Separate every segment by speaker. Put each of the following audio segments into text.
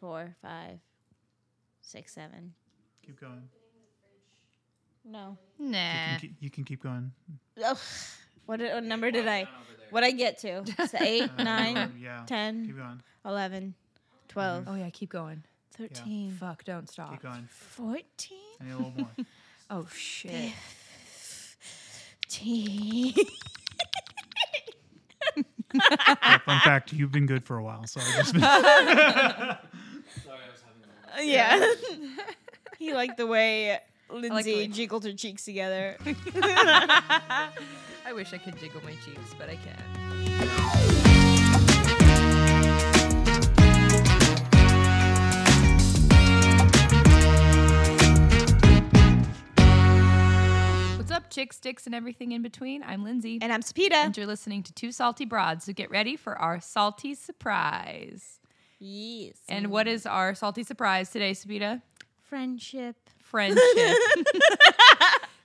Speaker 1: four, five, six, seven.
Speaker 2: Keep going.
Speaker 1: No.
Speaker 2: You,
Speaker 3: Nah.
Speaker 2: can keep, you can keep going.
Speaker 1: Ugh. What, did, what number did I? What I get to? It's eight,
Speaker 2: Uh,
Speaker 1: nine,
Speaker 2: Yeah. Keep
Speaker 1: ten,
Speaker 2: going.
Speaker 1: eleven, twelve,
Speaker 3: Oh yeah, keep going.
Speaker 1: thirteen,
Speaker 3: Fuck, don't stop.
Speaker 2: Keep going.
Speaker 1: fourteen,
Speaker 2: I need a little more.
Speaker 3: Oh shit.
Speaker 1: fifteen.
Speaker 2: Yeah, fun fact: You've been good for a while, so I just been
Speaker 4: Sorry, I was having a
Speaker 3: Uh,
Speaker 4: moment.
Speaker 1: Yeah. he liked the way Lindsay
Speaker 3: way-
Speaker 1: jiggled her cheeks together.
Speaker 3: I wish I could jiggle my cheeks, but I can't. What's up, chicks, dicks, and everything in between? I'm Lindsay.
Speaker 1: and I'm Sapita.
Speaker 3: and uh, you're listening to Two Salty Broads, so get ready for our salty surprise.
Speaker 1: Yes.
Speaker 3: And what is our salty surprise today, Sabita?
Speaker 1: friendship.
Speaker 3: friendship.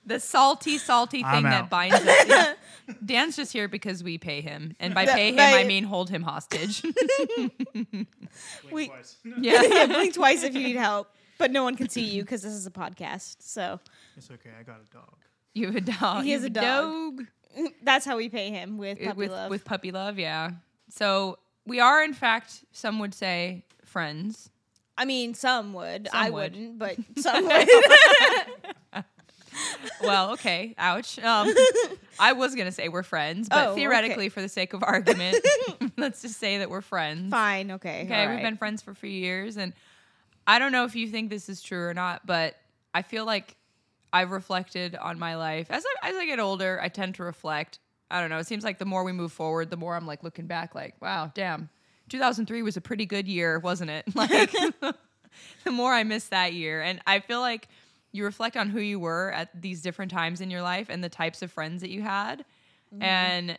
Speaker 3: the salty, salty
Speaker 2: I'm
Speaker 3: thing that
Speaker 2: out.
Speaker 3: binds us. Yeah. Dan's just here because we pay him. And by
Speaker 1: That-
Speaker 3: pay him,
Speaker 1: by-
Speaker 3: I mean hold him hostage.
Speaker 1: We-
Speaker 3: yeah.
Speaker 1: yeah, blink twice if you need help, but no one can see you because this is a podcast. So
Speaker 2: it's okay. I got a dog.
Speaker 3: You have a dog.
Speaker 1: He
Speaker 3: You
Speaker 1: has
Speaker 3: have
Speaker 1: a dog. that's how we pay him with
Speaker 3: It-
Speaker 1: puppy
Speaker 3: with,
Speaker 1: love.
Speaker 3: with puppy love, yeah. So we are, in fact, some would say, friends.
Speaker 1: I mean, some would.
Speaker 3: Some
Speaker 1: I
Speaker 3: would.
Speaker 1: wouldn't, but some would.
Speaker 3: Well, okay, ouch. Um, I was going to say we're friends, but
Speaker 1: Oh, okay.
Speaker 3: theoretically, for the sake of argument, let's just say that we're friends.
Speaker 1: Fine. Okay.
Speaker 3: Okay,
Speaker 1: all
Speaker 3: we've been
Speaker 1: right.
Speaker 3: friends for a few years, and I don't know if you think this is true or not, but I feel like I've reflected on my life as I, as I get older. I tend to reflect. I don't know. It seems like the more we move forward, the more I'm like looking back, like, wow, damn, 2003 was a pretty good year, wasn't it? Like, the more I miss that year, and I feel like you reflect on who you were at these different times in your life and the types of friends that you had, and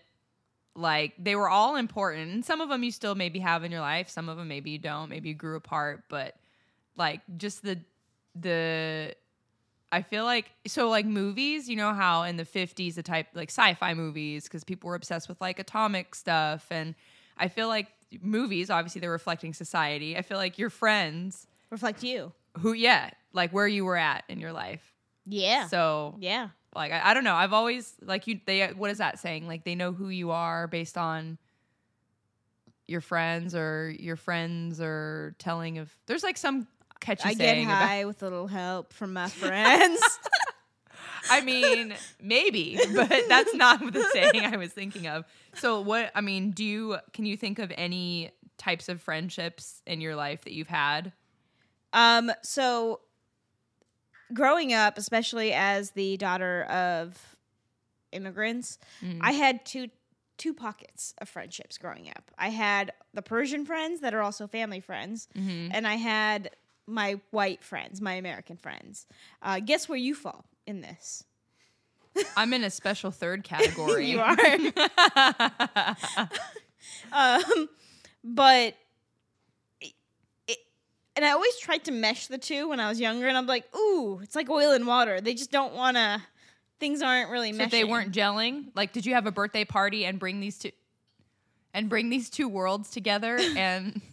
Speaker 3: like they were all important and some of them you still maybe have in your life some of them maybe you don't maybe you grew apart but like just the the i feel like so like movies you know how in the 50s the type like sci-fi movies because people were obsessed with like atomic stuff and i feel like movies obviously they're reflecting society i feel like your friends
Speaker 1: reflect you.
Speaker 3: who yeah like where you were at in your life
Speaker 1: Yeah.
Speaker 3: so
Speaker 1: yeah.
Speaker 3: like I, I don't know i've always like you they what is that saying like they know who you are based on your friends or your friends or telling of there's like some catchy
Speaker 1: I get
Speaker 3: saying about
Speaker 1: high with a little help from my friends.
Speaker 3: i mean maybe but that's not the saying i was thinking of so what i mean do you can you think of any types of friendships in your life that you've had
Speaker 1: Um, so growing up, especially as the daughter of immigrants,
Speaker 3: Mm-hmm.
Speaker 1: I had two two pockets of friendships growing up. I had the Persian friends that are also family friends,
Speaker 3: Mm-hmm.
Speaker 1: and I had my white friends, my American friends. Uh, guess where you fall in this?
Speaker 3: i'm in a special third category
Speaker 1: You are. um, but it- it- and I always tried to mesh the two when I was younger, and I'm like, ooh, it's like oil and water. They just don't want to. Things aren't really
Speaker 3: So
Speaker 1: meshing.
Speaker 3: they weren't gelling. Like, did you have a birthday party and bring these two and bring these two worlds together? And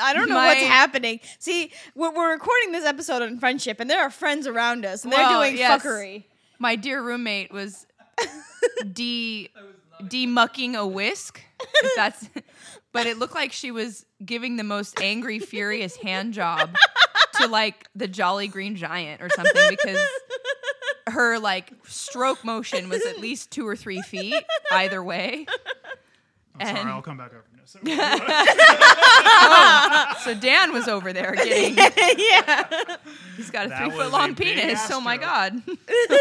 Speaker 1: I don't know what's
Speaker 3: My-
Speaker 1: happening. See, we're, we're recording this episode on friendship, and there are friends around us, and they're
Speaker 3: Well,
Speaker 1: doing
Speaker 3: yes.
Speaker 1: fuckery.
Speaker 3: my dear roommate was de demucking a whisk. If that's, but it looked like she was giving the most angry, furious hand job to like the Jolly Green Giant or something because her like stroke motion was at least two or three feet either way.
Speaker 2: I'm
Speaker 3: And-
Speaker 2: sorry. I'll come back over. No, sorry.
Speaker 3: So Dan was over there getting.
Speaker 1: yeah.
Speaker 3: He's got a
Speaker 2: That
Speaker 3: three
Speaker 2: was
Speaker 3: foot
Speaker 2: a
Speaker 3: long
Speaker 2: big
Speaker 3: penis.
Speaker 2: ass
Speaker 3: Oh my
Speaker 2: joke.
Speaker 3: god.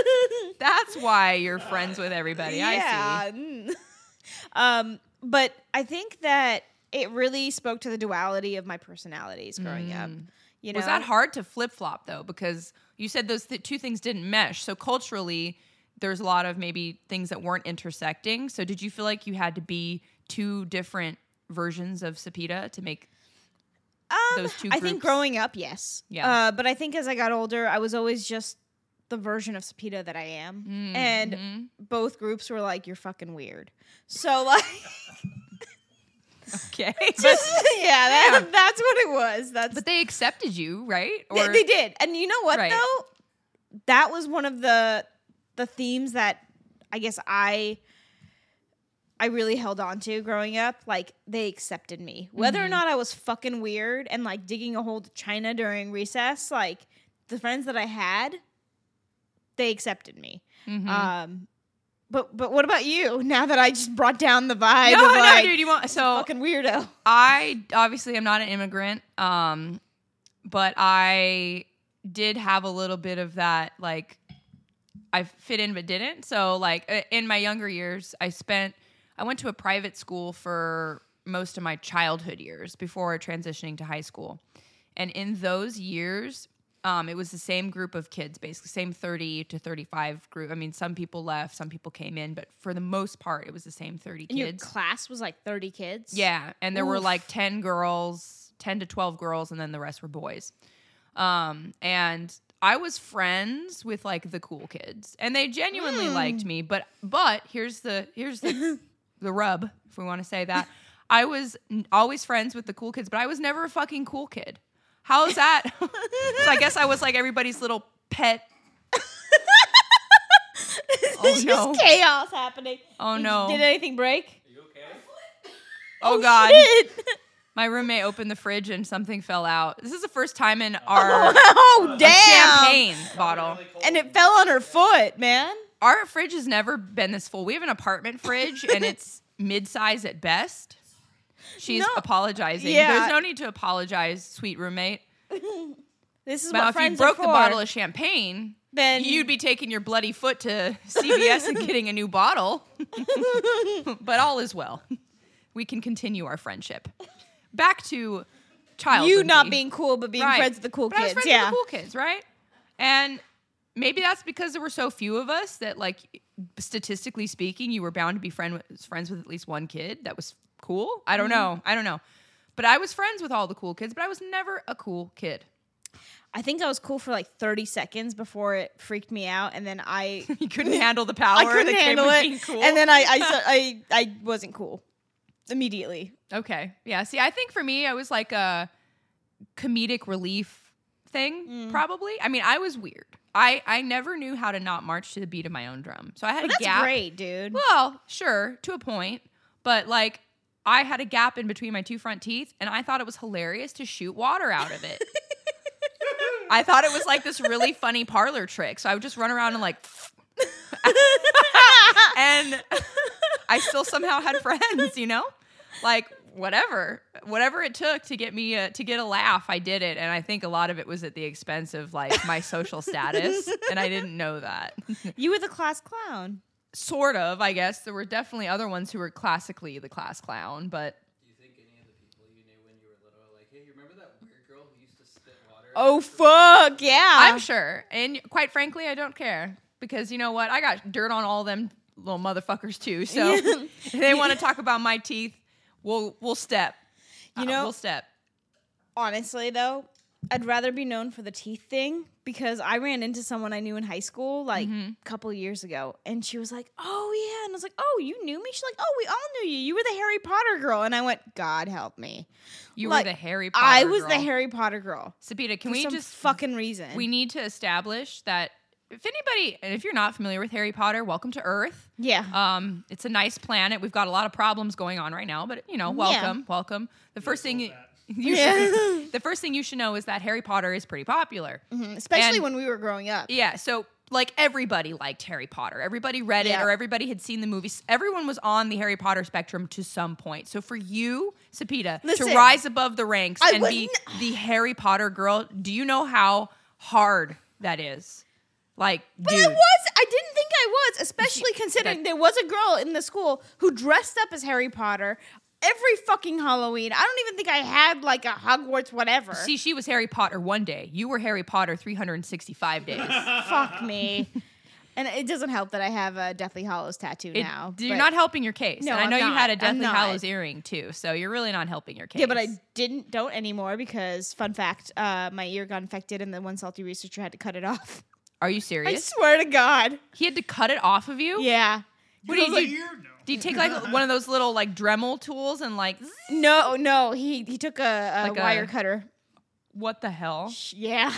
Speaker 3: That's why you're friends with everybody. I see.
Speaker 1: yeah. mm. um, but I think that it really spoke to the duality of my personalities growing up. You know,
Speaker 3: Mm. Was that hard to flip flop though? Because you said those th- two things didn't mesh. So culturally, there's a lot of maybe things that weren't intersecting. So did you feel like you had to be two different versions of Sapita to make?
Speaker 1: Um,
Speaker 3: those two
Speaker 1: I think
Speaker 3: groups?
Speaker 1: growing up, yes.
Speaker 3: Yeah.
Speaker 1: Uh, but I think as I got older, I was always just the version of Sapita that I am,
Speaker 3: Mm,
Speaker 1: and
Speaker 3: mm-hmm.
Speaker 1: both groups were like, "You're fucking weird." So like,
Speaker 3: Okay.
Speaker 1: yeah, that, that's what it was. That's
Speaker 3: but they accepted you, right?
Speaker 1: They, they did. And you know what
Speaker 3: Right.
Speaker 1: though? That was one of the the themes that I guess I I really held on to growing up. Like they accepted me. Whether
Speaker 3: Mm-hmm.
Speaker 1: or not I was fucking weird and like digging a hole to China during recess, like the friends that I had, they accepted me.
Speaker 3: Mhm.
Speaker 1: Um but but what about you? Now that I just brought down the vibe
Speaker 3: no,
Speaker 1: of
Speaker 3: no,
Speaker 1: like
Speaker 3: dude. You want so
Speaker 1: fucking weirdo.
Speaker 3: I obviously am not an immigrant, um, but I did have a little bit of that like I fit in but didn't. So like uh, in my younger years, I spent I went to a private school for most of my childhood years before transitioning to high school, and in those years. Um, it was the same group of kids, basically same thirty to thirty-five group. I mean, some people left, some people came in, but for the most part, it was the same thirty
Speaker 1: And your
Speaker 3: kids.
Speaker 1: class was like 30 kids.
Speaker 3: Yeah, and there were
Speaker 1: Oof.
Speaker 3: like 10 girls, 10 to 12 girls and then the rest were boys. Um and I was friends with like the cool kids and they genuinely liked
Speaker 1: Mm.
Speaker 3: me, but but here's the here's the the rub if we want to say that. I was n- always friends with the cool kids, but I was never a fucking cool kid. How's that? so I guess I was like everybody's little pet. oh
Speaker 1: It's
Speaker 3: no.
Speaker 1: just chaos happening.
Speaker 3: Oh
Speaker 1: You-
Speaker 3: no.
Speaker 1: Did anything break?
Speaker 4: Are you okay?
Speaker 3: Oh god.
Speaker 1: Shit.
Speaker 3: My roommate opened the fridge and something fell out. This is the first time in our
Speaker 1: Oh damn!
Speaker 3: champagne bottle.
Speaker 4: Really cold?
Speaker 1: And it fell on her foot, man.
Speaker 3: Our fridge has never been this full. We have an apartment fridge and it's mid-size at best. She's
Speaker 1: No.
Speaker 3: apologizing.
Speaker 1: Yeah.
Speaker 3: There's no need to apologize, sweet roommate.
Speaker 1: This is
Speaker 3: Now,
Speaker 1: what
Speaker 3: if
Speaker 1: friends
Speaker 3: you broke
Speaker 1: are
Speaker 3: the
Speaker 1: for.
Speaker 3: bottle of champagne,
Speaker 1: then
Speaker 3: you'd be taking your bloody foot to CVS and getting a new bottle. but all is well. We can continue our friendship. Back to child.
Speaker 1: you not
Speaker 3: Lindsay.
Speaker 1: being cool, but being
Speaker 3: Right.
Speaker 1: friends with the cool
Speaker 3: But I
Speaker 1: kids.
Speaker 3: was friends with
Speaker 1: yeah.
Speaker 3: the cool kids, right? And maybe that's because there were so few of us that, like, statistically speaking, you were bound to be friend with, friends with at least one kid that was cool. I
Speaker 1: Mm-hmm.
Speaker 3: don't know. I don't know. But I was friends with all the cool kids, but I was never a cool kid.
Speaker 1: I think I was cool for like 30 seconds before it freaked me out, and then I
Speaker 3: You couldn't handle the power.
Speaker 1: I couldn't
Speaker 3: that came
Speaker 1: handle
Speaker 3: with
Speaker 1: it,
Speaker 3: being cool.
Speaker 1: and then I I, so- I I wasn't cool immediately.
Speaker 3: Okay. Yeah. See, I think for me, I was like a comedic relief thing,
Speaker 1: Mm.
Speaker 3: probably. I mean, I was weird. I, I never knew how to not march to the beat of my own drum. So I had
Speaker 1: But
Speaker 3: a
Speaker 1: that's
Speaker 3: gap.
Speaker 1: great, dude.
Speaker 3: Well, sure, to a point. But like, I had a gap in between my two front teeth, and I thought it was hilarious to shoot water out of it. I thought it was like this really funny parlor trick. So I would just run around and like, and I still somehow had friends, you know? Like whatever, whatever it took to get me a, to get a laugh, I did it, and I think a lot of it was at the expense of like my social status, and I didn't know that.
Speaker 1: you were the class clown.
Speaker 3: sort of, I guess. There were definitely other ones who were classically the class clown, but
Speaker 4: Do you think any of the people you knew when you were little are like, hey, you remember that weird girl who used to spit water?
Speaker 1: Oh fuck yeah!
Speaker 3: I'm sure. And quite frankly, I don't care because you know what? I got dirt on all them little motherfuckers too. So if they want to talk about my teeth, we'll we'll step.
Speaker 1: You
Speaker 3: Uh,
Speaker 1: know-
Speaker 3: we'll step.
Speaker 1: honestly though i'd rather be known for the teeth thing because i ran into someone i knew in high school like
Speaker 3: Mm-hmm.
Speaker 1: a couple years ago and she was like oh yeah and i was like oh you knew me she's like oh we all knew you you were the harry potter girl and i went god help me
Speaker 3: You
Speaker 1: Like,
Speaker 3: were the Harry Potter.
Speaker 1: i was the
Speaker 3: girl.
Speaker 1: harry potter girl
Speaker 3: Sabita, can
Speaker 1: for
Speaker 3: we
Speaker 1: some
Speaker 3: just
Speaker 1: fucking reason
Speaker 3: we need to establish that if anybody and if you're not familiar with Harry Potter, welcome to Earth.
Speaker 1: yeah
Speaker 3: Um, it's a nice planet. We've got a lot of problems going on right now, but you know, welcome, welcome. The first thing you, you should, the first thing you should know is that Harry Potter is pretty popular.
Speaker 1: especially
Speaker 3: and-
Speaker 1: when we were growing up
Speaker 3: Yeah, so like everybody liked Harry Potter. Everybody read it
Speaker 1: Yeah.
Speaker 3: or everybody had seen the movies. Everyone was on the Harry Potter spectrum to some point. So for you, Sapita,
Speaker 1: Listen,
Speaker 3: to rise above the ranks
Speaker 1: I
Speaker 3: and be the Harry Potter girl, do you know how hard that is? Like,
Speaker 1: But I
Speaker 3: dude.
Speaker 1: was. I didn't think I was, especially considering
Speaker 3: that-
Speaker 1: there was a girl in the school who dressed up as Harry Potter every fucking Halloween. I don't even think I had like a Hogwarts whatever.
Speaker 3: See, she was Harry Potter one day. You were Harry Potter 365 days.
Speaker 1: Fuck me. And it doesn't help that I have a Deathly Hollows tattoo
Speaker 3: It-
Speaker 1: now.
Speaker 3: you're
Speaker 1: but-
Speaker 3: not helping your case.
Speaker 1: No,
Speaker 3: and I
Speaker 1: I'm
Speaker 3: know you
Speaker 1: not.
Speaker 3: had a
Speaker 1: I'm
Speaker 3: Deathly
Speaker 1: not.
Speaker 3: Hallows earring too, so you're really not helping your case.
Speaker 1: Yeah, but I didn't don't anymore because fun fact, uh, my ear got infected and the one salty researcher had to cut it off.
Speaker 3: Are you
Speaker 1: I
Speaker 3: serious?
Speaker 1: swear to God.
Speaker 3: he had to cut it off of you.
Speaker 1: Yeah.
Speaker 3: Oh. What do you
Speaker 2: Because
Speaker 3: do?
Speaker 2: You're, no.
Speaker 3: Do you take like one of those little like Dremel tools and like zzz,
Speaker 1: No, no, he he took a, a
Speaker 3: Like a-
Speaker 1: wire cutter.
Speaker 3: what the hell?
Speaker 1: Sh- Yeah,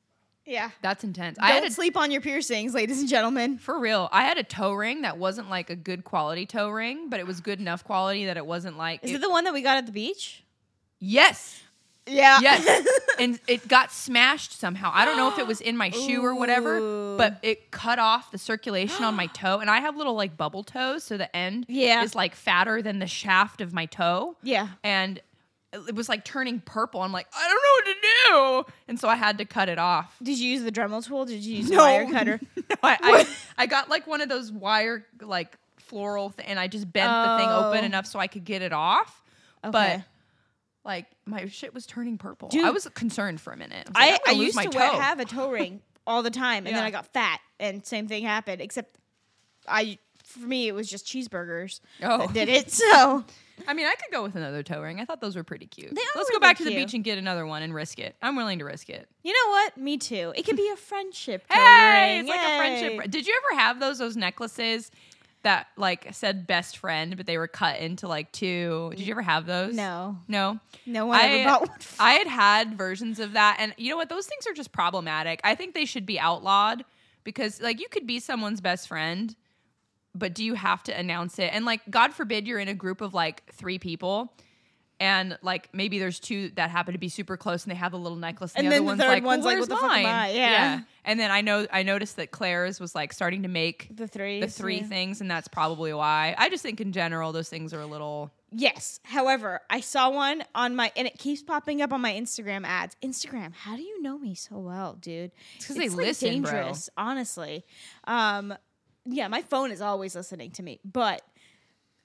Speaker 1: yeah.
Speaker 3: That's intense. I
Speaker 1: Don't
Speaker 3: had a,
Speaker 1: sleep on your piercings, ladies and gentlemen.
Speaker 3: for real. I had a toe ring that wasn't like a good quality toe ring, but it was good enough quality that it wasn't like
Speaker 1: Is it, the one that we got at the beach?
Speaker 3: yes.
Speaker 1: Yeah.
Speaker 3: Yes. and it got smashed somehow. I don't know if it was in my shoe or whatever,
Speaker 1: Ooh.
Speaker 3: but it cut off the circulation on my toe. And I have little like bubble toes, so the end
Speaker 1: Yeah.
Speaker 3: is like fatter than the shaft of my toe.
Speaker 1: yeah.
Speaker 3: And it was like turning purple. I'm like, I don't know what to do. And so I had to cut it off.
Speaker 1: Did you use the Dremel tool? Did you use the
Speaker 3: No.
Speaker 1: wire cutter?
Speaker 3: No, I, I, I got like one of those wire like floral th- and I just bent the thing open
Speaker 1: Oh.
Speaker 3: enough so I could get it off. But
Speaker 1: Okay.
Speaker 3: like my shit was turning purple. I
Speaker 1: Dude.
Speaker 3: was concerned for a minute. was like,
Speaker 1: I,
Speaker 3: I'm
Speaker 1: I
Speaker 3: gonna lose
Speaker 1: used
Speaker 3: my
Speaker 1: to wear,
Speaker 3: toe.
Speaker 1: have a toe ring all the time, and then
Speaker 3: Yeah.
Speaker 1: I got fat, and same thing happened. Except I, for me, it was just cheeseburgers
Speaker 3: Oh.
Speaker 1: that did it. So
Speaker 3: I mean, I could go with another toe ring. I thought those were pretty cute.
Speaker 1: They are
Speaker 3: Let's go
Speaker 1: really
Speaker 3: back to the
Speaker 1: cute.
Speaker 3: beach and get another one and risk it. I'm willing to risk it.
Speaker 1: you know what? Me too. It could be a friendship. toe
Speaker 3: Hey,
Speaker 1: ring.
Speaker 3: it's like a friendship.
Speaker 1: Yay.
Speaker 3: ri- Did you ever have those those necklaces that like said best friend, but they were cut into like two? Did you ever have those?
Speaker 1: No.
Speaker 3: no.
Speaker 1: No one ever bought one.
Speaker 3: I had had versions of that, and you know what? Those things are just problematic. I think they should be outlawed because, like, you could be someone's best friend, but do you have to announce it? And like, God forbid, you're in a group of like three people. And like maybe there's two that happen to be super close, and they have a little necklace, and,
Speaker 1: And
Speaker 3: the
Speaker 1: then the
Speaker 3: other
Speaker 1: third
Speaker 3: one's like,
Speaker 1: one's like,
Speaker 3: well, "Where's
Speaker 1: what the fuck am I?
Speaker 3: mine?"
Speaker 1: Yeah.
Speaker 3: And then I know I noticed that Claire's was like starting to make
Speaker 1: The three.
Speaker 3: the three things, and that's probably why. I just think in general those things are a little
Speaker 1: Yes. However, I saw one on my, and it keeps popping up on my Instagram ads. Instagram, how do you know me so well, dude? It's
Speaker 3: 'cause they listen, bro.
Speaker 1: honestly. Um, yeah, my phone is always listening to me, but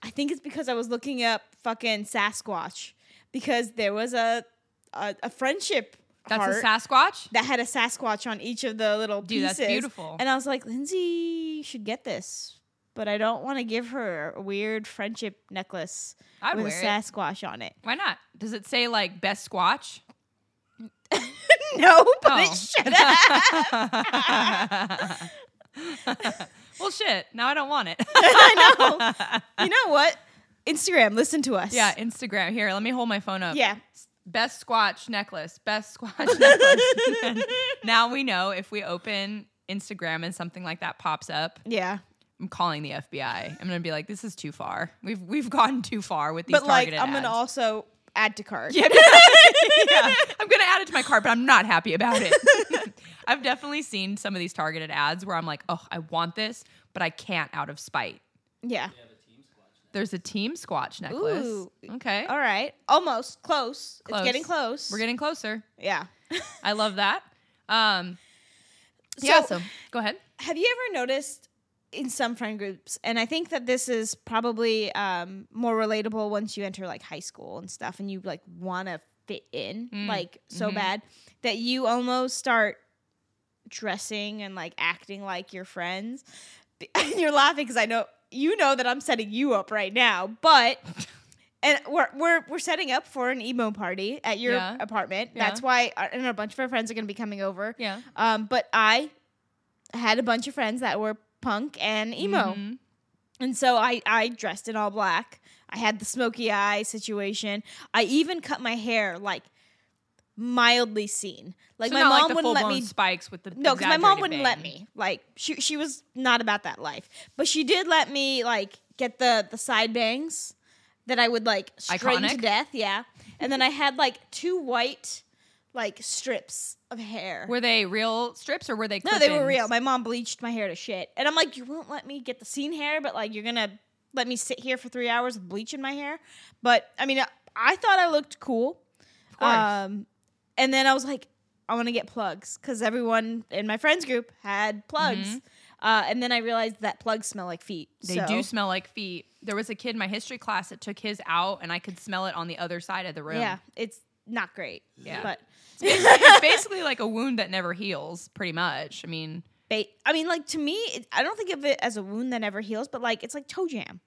Speaker 1: I think it's because I was looking up fucking Sasquatch because there was a a, a friendship
Speaker 3: that's
Speaker 1: heart
Speaker 3: a Sasquatch.
Speaker 1: that had a Sasquatch on each of the little
Speaker 3: Dude, that's
Speaker 1: pieces.
Speaker 3: beautiful.
Speaker 1: And I was like, Lindsay should get this, but I don't want to give her a weird friendship necklace
Speaker 3: I'd
Speaker 1: with a
Speaker 3: wear it.
Speaker 1: Sasquatch on it.
Speaker 3: Why not? Does it say like best squatch?
Speaker 1: no, but
Speaker 3: Oh.
Speaker 1: it should have.
Speaker 3: Well, shit. Now I don't want it.
Speaker 1: I know. You know what? Instagram, listen to us.
Speaker 3: yeah, Instagram. Here, let me hold my phone up.
Speaker 1: Yeah.
Speaker 3: Best squatch necklace. Best squatch necklace. now we know if we open Instagram and something like that pops up,
Speaker 1: Yeah.
Speaker 3: I'm calling the FBI. I'm gonna be like, this is too far. We've we've gone too far with these
Speaker 1: But like,
Speaker 3: targeted
Speaker 1: I'm going to
Speaker 3: ads.
Speaker 1: also add to cart.
Speaker 3: Yeah. Yeah. I'm gonna add it to my cart, but I'm not happy about it. I've definitely seen some of these targeted ads where I'm like, oh, I want this, but I can't out of spite.
Speaker 1: Yeah.
Speaker 3: There's a team squatch necklace.
Speaker 1: Ooh.
Speaker 3: Okay.
Speaker 1: All right. Almost. Close.
Speaker 3: Close.
Speaker 1: It's getting close.
Speaker 3: We're getting closer.
Speaker 1: Yeah.
Speaker 3: I love that. Um yeah,
Speaker 1: So-
Speaker 3: so go ahead.
Speaker 1: have you ever noticed in some friend groups and i think that this is probably um, more relatable once you enter like high school and stuff and you like want to fit in
Speaker 3: Mm,
Speaker 1: like so
Speaker 3: mm-hmm.
Speaker 1: bad that you almost start dressing and like acting like your friends and you're laughing because i know you know that i'm setting you up right now but and we're we're we're setting up for an emo party at your
Speaker 3: Yeah.
Speaker 1: apartment
Speaker 3: Yeah.
Speaker 1: that's why uh, and a bunch of our friends are going to be coming over
Speaker 3: Yeah.
Speaker 1: um, but I had a bunch of friends that were punk and emo.
Speaker 3: Mhm.
Speaker 1: And so I, I dressed in all black. I had the smoky eye situation. I even cut my hair like mildly seen. Like
Speaker 3: So
Speaker 1: my
Speaker 3: not
Speaker 1: mom
Speaker 3: the
Speaker 1: wouldn't let
Speaker 3: full-blown
Speaker 1: me
Speaker 3: spikes with the
Speaker 1: no, because my mom
Speaker 3: exaggerated
Speaker 1: wouldn't let
Speaker 3: bang.
Speaker 1: me. Like she she was not about that life, but she did let me like get the the side bangs that I would like straighten to
Speaker 3: Iconic.
Speaker 1: death. Yeah, and then I had like two white like strips of hair.
Speaker 3: Were they real strips or were they?
Speaker 1: No, they were
Speaker 3: clip-ins?
Speaker 1: real. My mom bleached my hair to shit. And I'm like, you won't let me get the scene hair, but like, you're going to let me sit here for three hours with bleach in my hair. But I mean, I, I thought I looked cool. Of
Speaker 3: course.
Speaker 1: Um, and then I was like, I want to get plugs because everyone in my friends group had plugs. Uh, and then I realized that plugs smell like feet.
Speaker 3: Mm-hmm. They
Speaker 1: so-
Speaker 3: do smell like feet. There was a kid in my history class that took his out, and I could smell it on the other side of the room.
Speaker 1: Yeah, it's not great.
Speaker 3: Yeah.
Speaker 1: But
Speaker 3: it's basically like a wound that never heals, pretty much. I mean,
Speaker 1: ba- I mean, like to me, it, I don't think of it as a wound that never heals, but like it's like toe jam,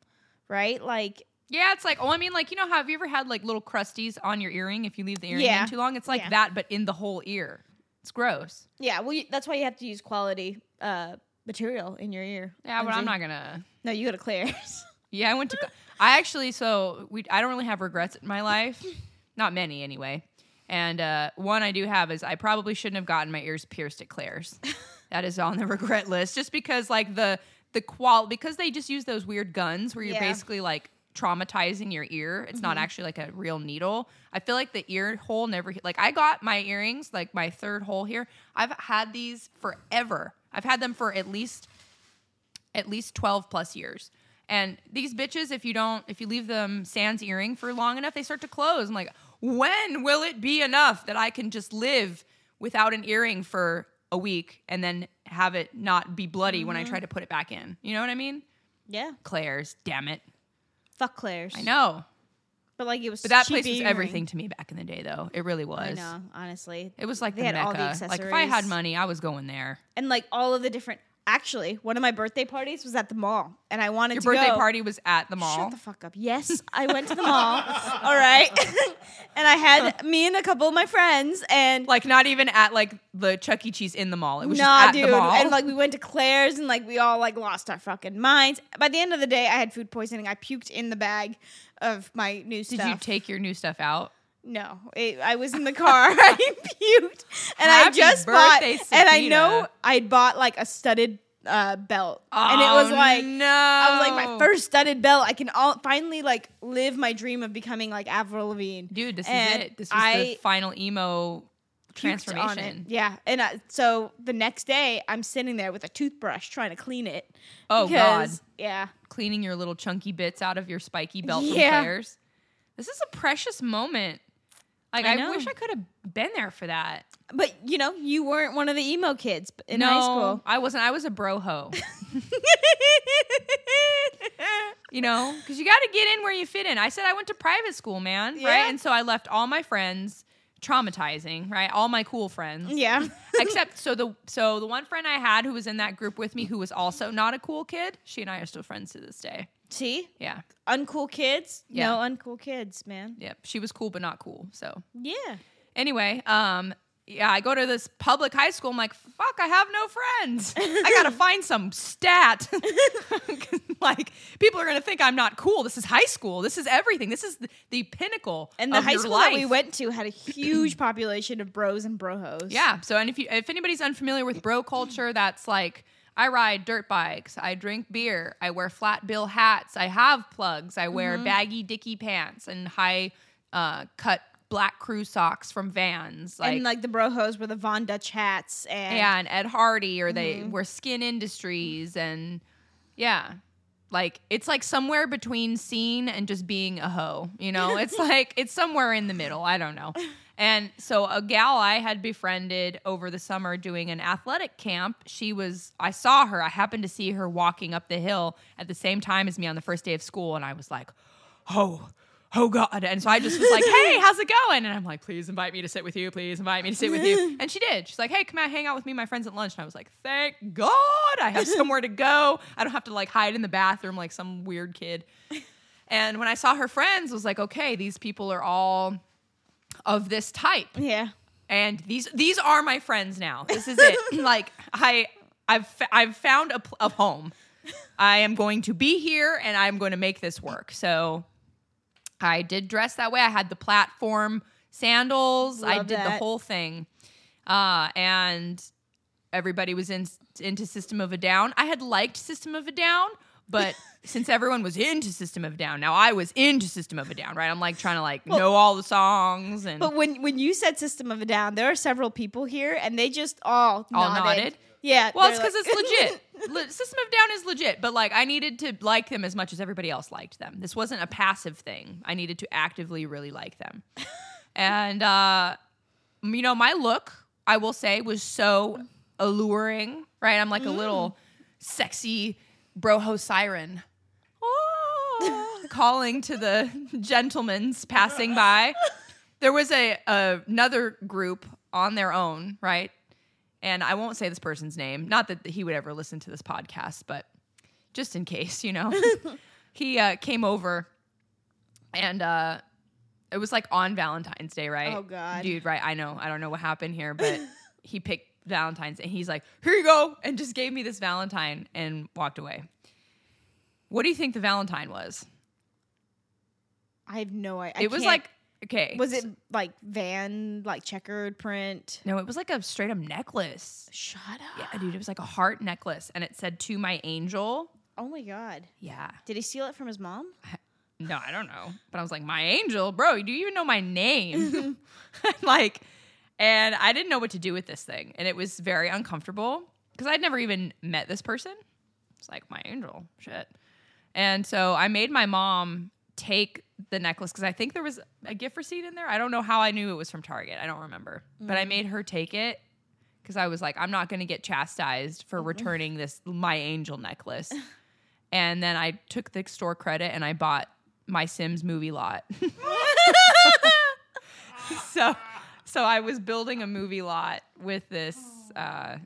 Speaker 1: right? Like
Speaker 3: yeah, it's like, oh, I mean, like, you know how have you ever had like little crusties on your earring if you leave the earring
Speaker 1: Yeah.
Speaker 3: in too long? It's like
Speaker 1: Yeah.
Speaker 3: that, but in the whole ear. It's gross.
Speaker 1: Yeah, well, you, that's why you have to use quality uh, material in your ear.
Speaker 3: Yeah, but I'm
Speaker 1: Lindsay.
Speaker 3: not gonna.
Speaker 1: No, you go to Claire's.
Speaker 3: Yeah, I went to. co- I actually so we. I don't really have regrets in my life, not many anyway. And uh, one I do have is I probably shouldn't have gotten my ears pierced at Claire's. that is on the regret list, just because like the the qual because they just use those weird guns where you're
Speaker 1: Yeah.
Speaker 3: basically like traumatizing your ear. It's not actually like a real needle. I feel like the ear hole never like I got my earrings like my third hole here. I've had these forever. I've had them for at least at least 12 plus years. And these bitches, if you don't, if you leave them sans earring for long enough, they start to close. I'm like, when will it be enough that I can just live without an earring for a week and then have it not be bloody when
Speaker 1: Mm-hmm.
Speaker 3: I try to put it back in? You know what I mean?
Speaker 1: Yeah.
Speaker 3: Claire's, damn it.
Speaker 1: Fuck Claire's.
Speaker 3: I know.
Speaker 1: But like it was
Speaker 3: But that
Speaker 1: cheap
Speaker 3: place was
Speaker 1: earring.
Speaker 3: everything to me back in the day, though. It really was.
Speaker 1: I know, honestly.
Speaker 3: It was like
Speaker 1: They
Speaker 3: the
Speaker 1: had
Speaker 3: mecca.
Speaker 1: all the
Speaker 3: Like if I had
Speaker 1: accessories.
Speaker 3: money, I was going there.
Speaker 1: and like all of the different actually, one of my birthday parties was at the mall and I wanted
Speaker 3: Your
Speaker 1: to
Speaker 3: birthday
Speaker 1: go-
Speaker 3: party was at the mall.
Speaker 1: Shut the fuck up. Yes, I went to the mall. all right. and I had me and a couple of my friends and
Speaker 3: like not even at like the Chuck E. Cheese in the mall. It was
Speaker 1: nah,
Speaker 3: just at
Speaker 1: dude.
Speaker 3: the mall.
Speaker 1: And like we went to Claire's and like we all like lost our fucking minds. By the end of the day, I had food poisoning. I puked in the bag of my new
Speaker 3: Did
Speaker 1: stuff.
Speaker 3: you take your new stuff out?
Speaker 1: No, it, I was in the car. I puked, and I
Speaker 3: Happy
Speaker 1: just
Speaker 3: birthday,
Speaker 1: bought. And I
Speaker 3: Sakina.
Speaker 1: know I bought like a studded uh, belt, and it was
Speaker 3: Oh,
Speaker 1: like
Speaker 3: no.
Speaker 1: I was like my first studded belt. I can all finally like live my dream of becoming like Avril Lavigne.
Speaker 3: dude. This
Speaker 1: And
Speaker 3: is it. This was the
Speaker 1: I
Speaker 3: final
Speaker 1: puked
Speaker 3: emo
Speaker 1: on it.
Speaker 3: transformation.
Speaker 1: Yeah, and I, so the next day I'm sitting there with a toothbrush trying to clean it.
Speaker 3: Oh, God.
Speaker 1: because- Yeah,
Speaker 3: Cleaning your little chunky bits out of your spiky belt from
Speaker 1: Yeah.
Speaker 3: Claire's. This is a precious moment. Like
Speaker 1: I
Speaker 3: I,
Speaker 1: know.
Speaker 3: wish I could have been there for that.
Speaker 1: but you know you weren't one of the emo kids in
Speaker 3: no,
Speaker 1: high school.
Speaker 3: I wasn't. I was a bro ho. you know, because you got to get in where you fit in. I said I went to private school, man,
Speaker 1: Yeah.
Speaker 3: right? And so I left all my friends traumatizing, right? All my cool friends.
Speaker 1: yeah.
Speaker 3: Except so the so the one friend I had who was in that group with me who was also not a cool kid, she and I are still friends to this day.
Speaker 1: See,
Speaker 3: Yeah.
Speaker 1: uncool kids.
Speaker 3: Yeah.
Speaker 1: No uncool kids, man.
Speaker 3: Yep. She was cool but not cool. So
Speaker 1: Yeah.
Speaker 3: anyway, um yeah, I go to this public high school. I'm like, fuck, I have no friends. I gotta find some stat. like, people are gonna think I'm not cool. This is high school. This is everything. This is the, the pinnacle.
Speaker 1: And the
Speaker 3: of
Speaker 1: high
Speaker 3: your
Speaker 1: school
Speaker 3: life.
Speaker 1: that we went to had a huge population of bros and brohos.
Speaker 3: Yeah. So, and if you if anybody's unfamiliar with bro culture, that's like I ride dirt bikes, I drink beer, I wear flat bill hats, I have plugs, I wear baggy dicky pants and high uh, cut black crew socks from Vans, like,
Speaker 1: and
Speaker 3: and,
Speaker 1: like the brohos were the Von Dutch hats and
Speaker 3: Ed Hardy, or they were Skin Industries, and yeah. Like it's like somewhere between scene and just being a hoe, you know? It's like it's somewhere in the middle. I don't know. And so a gal I had befriended over the summer doing an athletic camp, she was I saw her, I happened to see her walking up the hill at the same time as me on the first day of school and I was like, "Oh, oh god." And so I just was like, "Hey, how's it going?" And I'm like, "Please invite me to sit with you. Please invite me to sit with you." And she did. She's like, "Hey, come out hang out with me and my friends at lunch." And I was like, "Thank god. I have somewhere to go. I don't have to like hide in the bathroom like some weird kid." And when I saw her friends, I was like, "Okay, these people are all of this type."
Speaker 1: yeah.
Speaker 3: and these these are my friends now. This is it. like I I've f- I've found a, pl- a home. I am going to be here and I'm going to make this work. So I did dress that way. I had the platform sandals. I
Speaker 1: Love
Speaker 3: did the
Speaker 1: that.
Speaker 3: whole thing. Uh, and everybody was in, into System of a Down. I had liked System of a Down, but since everyone was into System of a Down, now I was into System of a Down, right? I'm like trying to like know all the songs and
Speaker 1: But when when you said System of a Down, there are several people here and they just all
Speaker 3: All nodded?
Speaker 1: Yeah.
Speaker 3: Well, it's
Speaker 1: they're like-
Speaker 3: because it's legit. Le- System of a Down is legit, but like I needed to like them as much as everybody else liked them. This wasn't a passive thing. I needed to actively really like them. and uh you know, my look, I will say, was so alluring, right? I'm like a little
Speaker 1: Mm.
Speaker 3: sexy broho siren. Oh, calling to the gentlemen's passing by. There was a another group on their own, right? and I won't say this person's name. Not that he would ever listen to this podcast, but just in case, you know, he uh, came over, and uh, it was like on Valentine's Day, right?
Speaker 1: Oh, God.
Speaker 3: dude, right? I know, I don't know what happened here, but he picked Valentine's, and he's like, "Here you go," and just gave me this Valentine and walked away. What do you think the Valentine was?
Speaker 1: I have no idea.
Speaker 3: it was like okay.
Speaker 1: was it like van like checkered print?
Speaker 3: No, it was like a straight up necklace.
Speaker 1: Shut
Speaker 3: Yeah,
Speaker 1: up!
Speaker 3: dude, it was like a heart necklace, and it said "To my angel."
Speaker 1: Oh my god!
Speaker 3: Yeah.
Speaker 1: Did he steal it from his mom?
Speaker 3: No, I don't know. But I was like, my angel, bro, do you even know my name? like, and I didn't know what to do with this thing. And it was very uncomfortable because I'd never even met this person. It's like, my angel, shit. And so I made my mom take the necklace because I think there was a gift receipt in there. I don't know how I knew it was from Target. I don't remember. But I made her take it because I was like, I'm not going to get chastised for returning this my angel necklace. and then I took the store credit and I bought my Sims movie lot. so, so I was building a movie lot with this uh,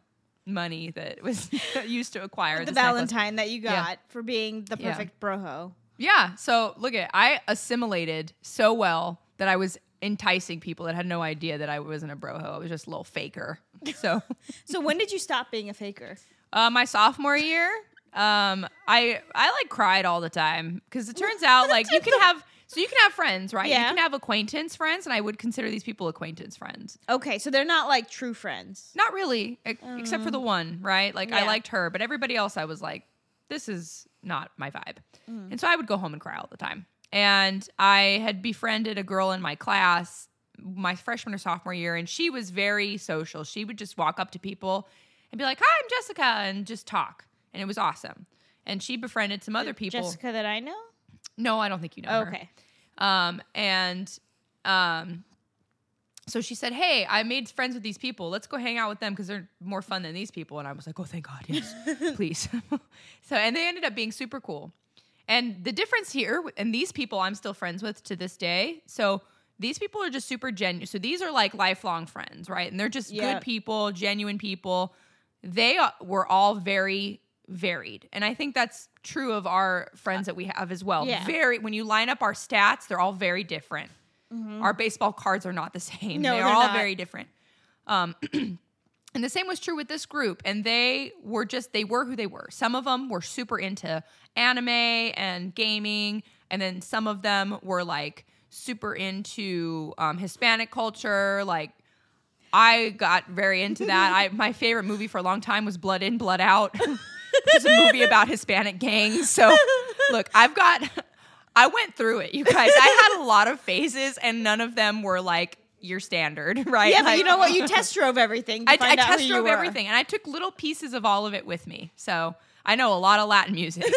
Speaker 3: money that was used to acquire
Speaker 1: the
Speaker 3: this necklace.
Speaker 1: Valentine that you
Speaker 3: Yeah.
Speaker 1: got for being the
Speaker 3: Yeah.
Speaker 1: perfect broho.
Speaker 3: Yeah. So look at I assimilated so well that I was enticing people that had no idea that I wasn't a broho. I was just a little faker. So
Speaker 1: So when did you stop being a faker?
Speaker 3: uh, my sophomore year, um, I I like cried all the time because it turns out like you can have so you can have friends right
Speaker 1: Yeah.
Speaker 3: you can have acquaintance friends and I would consider these people acquaintance friends
Speaker 1: Okay, so they're not like true friends.
Speaker 3: not really e- except for the one right like
Speaker 1: Oh.
Speaker 3: I
Speaker 1: Yeah.
Speaker 3: liked her but everybody else I was like this is not my vibe
Speaker 1: Mm.
Speaker 3: and so I would go home and cry all the time and I had befriended a girl in my class my freshman or sophomore year and she was very social she would just walk up to people and be like hi I'm Jessica and just talk and it was awesome and she befriended some other people Uh-huh.
Speaker 1: Jessica that I know.
Speaker 3: no I don't think you know her.
Speaker 1: Okay.
Speaker 3: Um, and um, so she said, Hey, I made friends with these people. Let's go hang out with them because they're more fun than these people. And I was like, Oh, thank God. Yes, please. so, and they ended up being super cool. And the difference here, and these people I'm still friends with to this day. So, these people are just super genuine. So, these are like lifelong friends, right? And they're just
Speaker 1: Yeah.
Speaker 3: good people, genuine people. They uh, were all very varied. And I think that's true of our friends that we have as well.
Speaker 1: Yeah.
Speaker 3: Very, when you line up our stats, they're all very different. Our baseball cards are not the same.
Speaker 1: Mm-hmm. No,
Speaker 3: they're,
Speaker 1: they're
Speaker 3: all
Speaker 1: not.
Speaker 3: very different. Um, and the same was true with this group. And they were just, they were who they were. Some of them were super into anime and gaming. And then some of them were like super into um, Hispanic culture. Like I got very into that. I, my favorite movie for a long time was Blood In, Blood Out, which is a movie about Hispanic gangs. So look, I've got, I went through it, you guys. I had a lot of phases and none of them were like, your standard, right?
Speaker 1: Yeah, but
Speaker 3: Like-
Speaker 1: you know what? You test drove everything. To
Speaker 3: I, I
Speaker 1: find out who
Speaker 3: test
Speaker 1: you
Speaker 3: drove
Speaker 1: were.
Speaker 3: everything, and I took little pieces of all of it with me. So I know a lot of Latin music,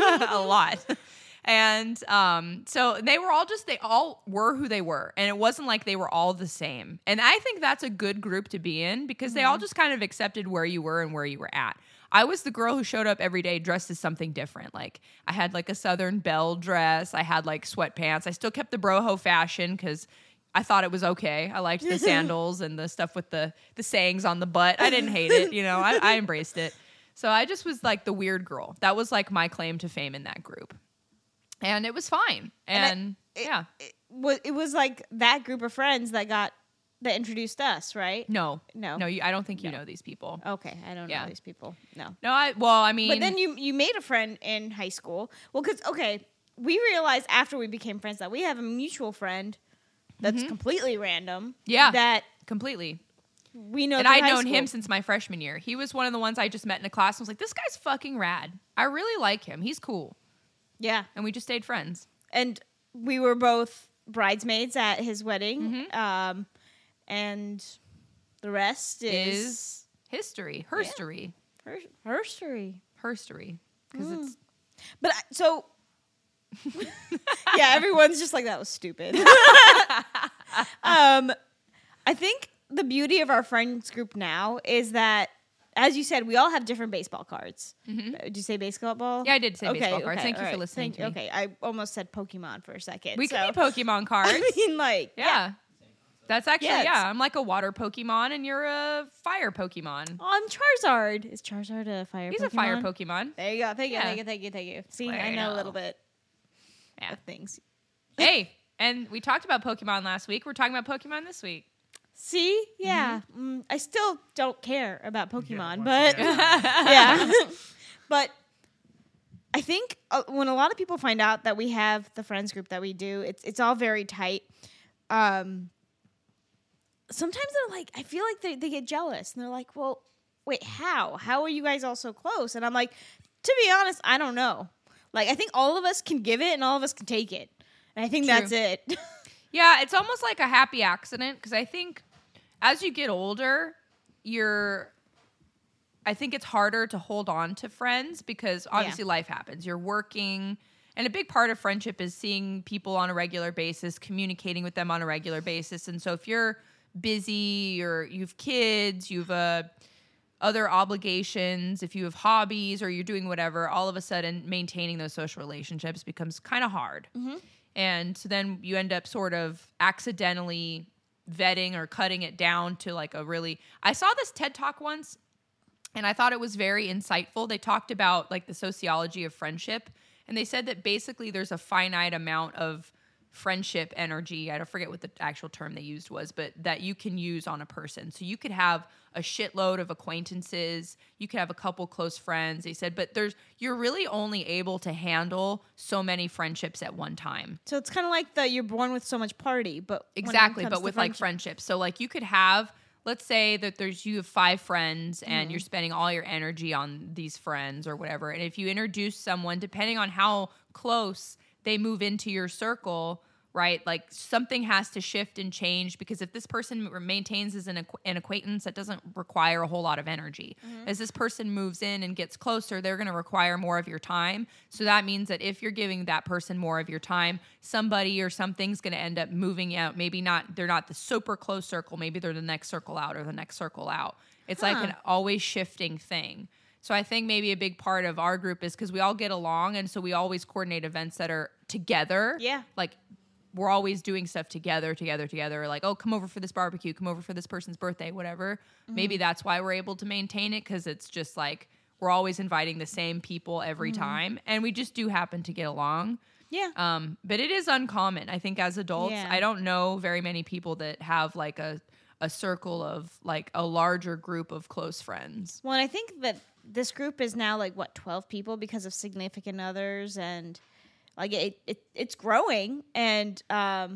Speaker 3: a lot. And um, so they were all just they all were who they were, and it wasn't like they were all the same. And I think that's a good group to be in because they
Speaker 1: Mm-hmm.
Speaker 3: all just kind of accepted where you were and where you were at. I was the girl who showed up every day dressed as something different. Like I had like a Southern belle dress. I had like sweatpants. I still kept the broho fashion because I thought it was okay. I liked the sandals and the stuff with the the sayings on the butt. I didn't hate it, you know. I, I embraced it. So I just was like the weird girl. That was like my claim to fame in that group, and it was fine.
Speaker 1: I-
Speaker 3: And,
Speaker 1: it-
Speaker 3: yeah,
Speaker 1: It was, it was like that group of friends that got that introduced us, right?
Speaker 3: no,
Speaker 1: No.
Speaker 3: no. You, I don't think you know these people.
Speaker 1: Okay, I don't
Speaker 3: Yeah.
Speaker 1: know these people. No.
Speaker 3: No, I. Well, I mean,
Speaker 1: But then you you made a friend in high school. Well, because okay, we realized after we became friends that we have a mutual friend that's completely random.
Speaker 3: Mm-hmm. Yeah.
Speaker 1: That
Speaker 3: completely.
Speaker 1: we know.
Speaker 3: And
Speaker 1: through
Speaker 3: I'd
Speaker 1: high
Speaker 3: known him
Speaker 1: school.
Speaker 3: since my freshman year. He was one of the ones I just met in a class. and was like, this guy's fucking rad. I really like him. He's cool.
Speaker 1: Yeah,
Speaker 3: And we just stayed friends.
Speaker 1: and we were both bridesmaids at his wedding.
Speaker 3: Mm-hmm.
Speaker 1: Um, and the rest is,
Speaker 3: Is history, herstory,
Speaker 1: her herstory.
Speaker 3: herstory, because it's
Speaker 1: Mm. But I- so, yeah, everyone's just like that was stupid. um, I think the beauty of our friends group now is that, as you said, we all have different baseball cards. Uh, Did you say baseball ball?
Speaker 3: Mm-hmm. Yeah, I did say baseball cards. Thank you for listening to me.
Speaker 1: Okay, I almost said Pokemon for a second.
Speaker 3: We
Speaker 1: so-
Speaker 3: can be Pokemon cards.
Speaker 1: I mean, like,
Speaker 3: yeah. That's actually,
Speaker 1: Yeah, it's-
Speaker 3: yeah. I'm like a water Pokemon and you're a fire Pokemon.
Speaker 1: Oh, I'm Charizard. Is Charizard a fire?
Speaker 3: He's
Speaker 1: Pokemon?
Speaker 3: a fire Pokemon.
Speaker 1: There you go. Thank you.
Speaker 3: Yeah.
Speaker 1: Thank you. Thank you. Thank you. See, I
Speaker 3: Bueno.
Speaker 1: know a little bit
Speaker 3: Yeah.
Speaker 1: of things.
Speaker 3: hey, and we talked about Pokemon last week. We're talking about Pokemon this week.
Speaker 1: See, yeah, mm, I still don't care about
Speaker 2: Yeah,
Speaker 1: Pokemon,
Speaker 2: once
Speaker 1: but
Speaker 2: again,
Speaker 1: yeah, but I think uh, when a lot of people find out that we have the friends group that we do, it's it's all very tight. Um, sometimes they're like, I feel like they they get jealous and they're like, well, wait, how? How are you guys all so close? And I'm like, to be honest, I don't know. Like, I think all of us can give it and all of us can take it. And I think
Speaker 3: True.
Speaker 1: that's it.
Speaker 3: Yeah, it's almost like a happy accident because I think as you get older, you're. I think it's harder to hold on to friends because obviously life happens. You're working, and a big part of friendship is seeing people on a regular basis, communicating with them on a regular basis. And so if you're busy or you've kids, you've a other obligations, if you have hobbies or you're doing whatever, all of a sudden maintaining those social relationships becomes kind of hard. And so then you end up sort of accidentally vetting or cutting it down to like a really. I saw this TED talk once and I thought it was very insightful. They talked about like the sociology of friendship, and they said that basically there's a finite amount of friendship energy. I don't forget what the actual term they used was, but that you can use on a person. So you could have a shitload of acquaintances, you could have a couple close friends. They said, but there's you're really only able to handle so many friendships at one time.
Speaker 1: so it's kind of like the you're born with so much party, but when it
Speaker 3: Exactly,
Speaker 1: comes
Speaker 3: but
Speaker 1: to
Speaker 3: with like
Speaker 1: friendship-
Speaker 3: friendships. So like you could have let's say that there's you have five friends
Speaker 1: Mm-hmm.
Speaker 3: and you're spending all your energy on these friends or whatever. And if you introduce someone depending on how close they move into your circle, right? Like something has to shift and change because if this person r- maintains as an, acqu- an acquaintance that doesn't require a whole lot of energy.
Speaker 1: Mm-hmm.
Speaker 3: As this person moves in and gets closer, they're going to require more of your time. So that means that if you're giving that person more of your time, somebody or something's going to end up moving out. Maybe not they're not the super close circle, maybe they're the next circle out or the next circle out. It's like an always shifting thing. So I think maybe a big part of our group is cuz we all get along and so we always coordinate events that are together.
Speaker 1: Yeah.
Speaker 3: Like we're always doing stuff together, together, together. Like, oh, come over for this barbecue, come over for this person's birthday, whatever.
Speaker 1: Mm-hmm.
Speaker 3: Maybe that's why we're able to maintain it because it's just like we're always inviting the same people every
Speaker 1: Mm-hmm.
Speaker 3: time, and we just do happen to get along.
Speaker 1: yeah.
Speaker 3: Um, but it is uncommon, I think, as adults.
Speaker 1: Yeah.
Speaker 3: I don't know very many people that have like a a circle of like a larger group of close friends.
Speaker 1: Well, and I think that this group is now like what twelve people because of significant others, and like it, it it's growing. And um,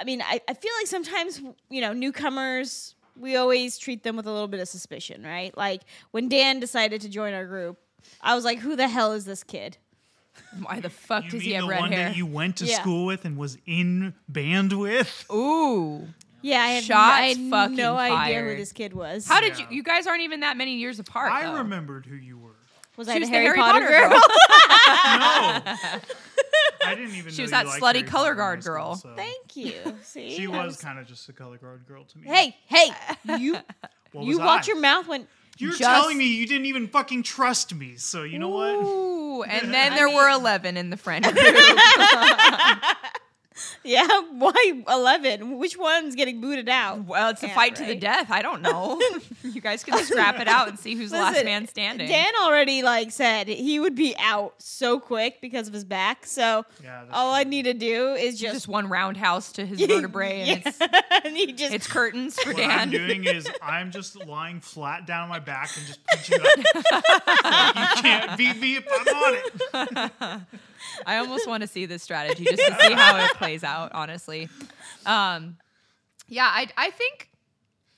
Speaker 1: I mean, I, I feel like sometimes you know newcomers, we always treat them with a little bit of suspicion, right? Like when Dan decided to join our group, I was like, "Who the hell is this kid?"
Speaker 3: Why the fuck
Speaker 2: You
Speaker 3: does
Speaker 2: mean
Speaker 3: he have
Speaker 2: the
Speaker 3: red
Speaker 2: one
Speaker 3: hair?
Speaker 2: that you went to
Speaker 1: Yeah.
Speaker 2: school with and was in band with?
Speaker 3: Oh, Ooh,
Speaker 1: Yeah, I had
Speaker 3: Shots
Speaker 1: I had no
Speaker 3: fucking
Speaker 1: idea who
Speaker 3: fired.
Speaker 1: this kid was.
Speaker 3: how did
Speaker 2: Yeah.
Speaker 3: you? You guys aren't even that many years apart.
Speaker 2: I
Speaker 3: though.
Speaker 2: remembered who you were.
Speaker 1: was I
Speaker 3: She
Speaker 1: the
Speaker 3: was
Speaker 1: Harry, Potter, girl?
Speaker 2: No, I didn't even. know
Speaker 3: She was
Speaker 2: you
Speaker 3: that
Speaker 2: liked
Speaker 3: slutty
Speaker 2: Harry
Speaker 3: color
Speaker 2: Potter in
Speaker 3: guard
Speaker 2: high school,
Speaker 3: girl.
Speaker 2: so-
Speaker 1: Thank you. See,
Speaker 2: She
Speaker 1: I
Speaker 2: was kind of just a color guard girl to me.
Speaker 1: Hey, hey, you
Speaker 2: What
Speaker 1: you
Speaker 2: was
Speaker 1: watch
Speaker 2: I?
Speaker 1: your mouth when
Speaker 2: You're
Speaker 3: just-
Speaker 2: telling me you didn't even fucking trust me. So you know what?
Speaker 3: Ooh, and then there were 11 in the friend group.
Speaker 1: yeah, why 11? Which one's getting booted out?
Speaker 3: well, it's a
Speaker 1: Yeah,
Speaker 3: fight to the
Speaker 1: right.
Speaker 3: death. I don't know. you guys can scrap it out and see who's the last
Speaker 1: Listen,
Speaker 3: man standing.
Speaker 1: Dan already like said he would be out so quick because of his back. So
Speaker 2: Yeah, that's
Speaker 1: all I
Speaker 2: true.
Speaker 1: need to do is
Speaker 3: just,
Speaker 1: just,
Speaker 3: one roundhouse to his vertebrae, and
Speaker 1: Yeah,
Speaker 3: it's,
Speaker 1: and he just
Speaker 3: it's curtains for
Speaker 2: What I'm
Speaker 3: Dan.
Speaker 2: doing is I'm just lying flat down on my back and just punching up. you can't beat me if I'm on it.
Speaker 3: I almost want to see this strategy just to see how it plays out, honestly. Um, yeah, I, I think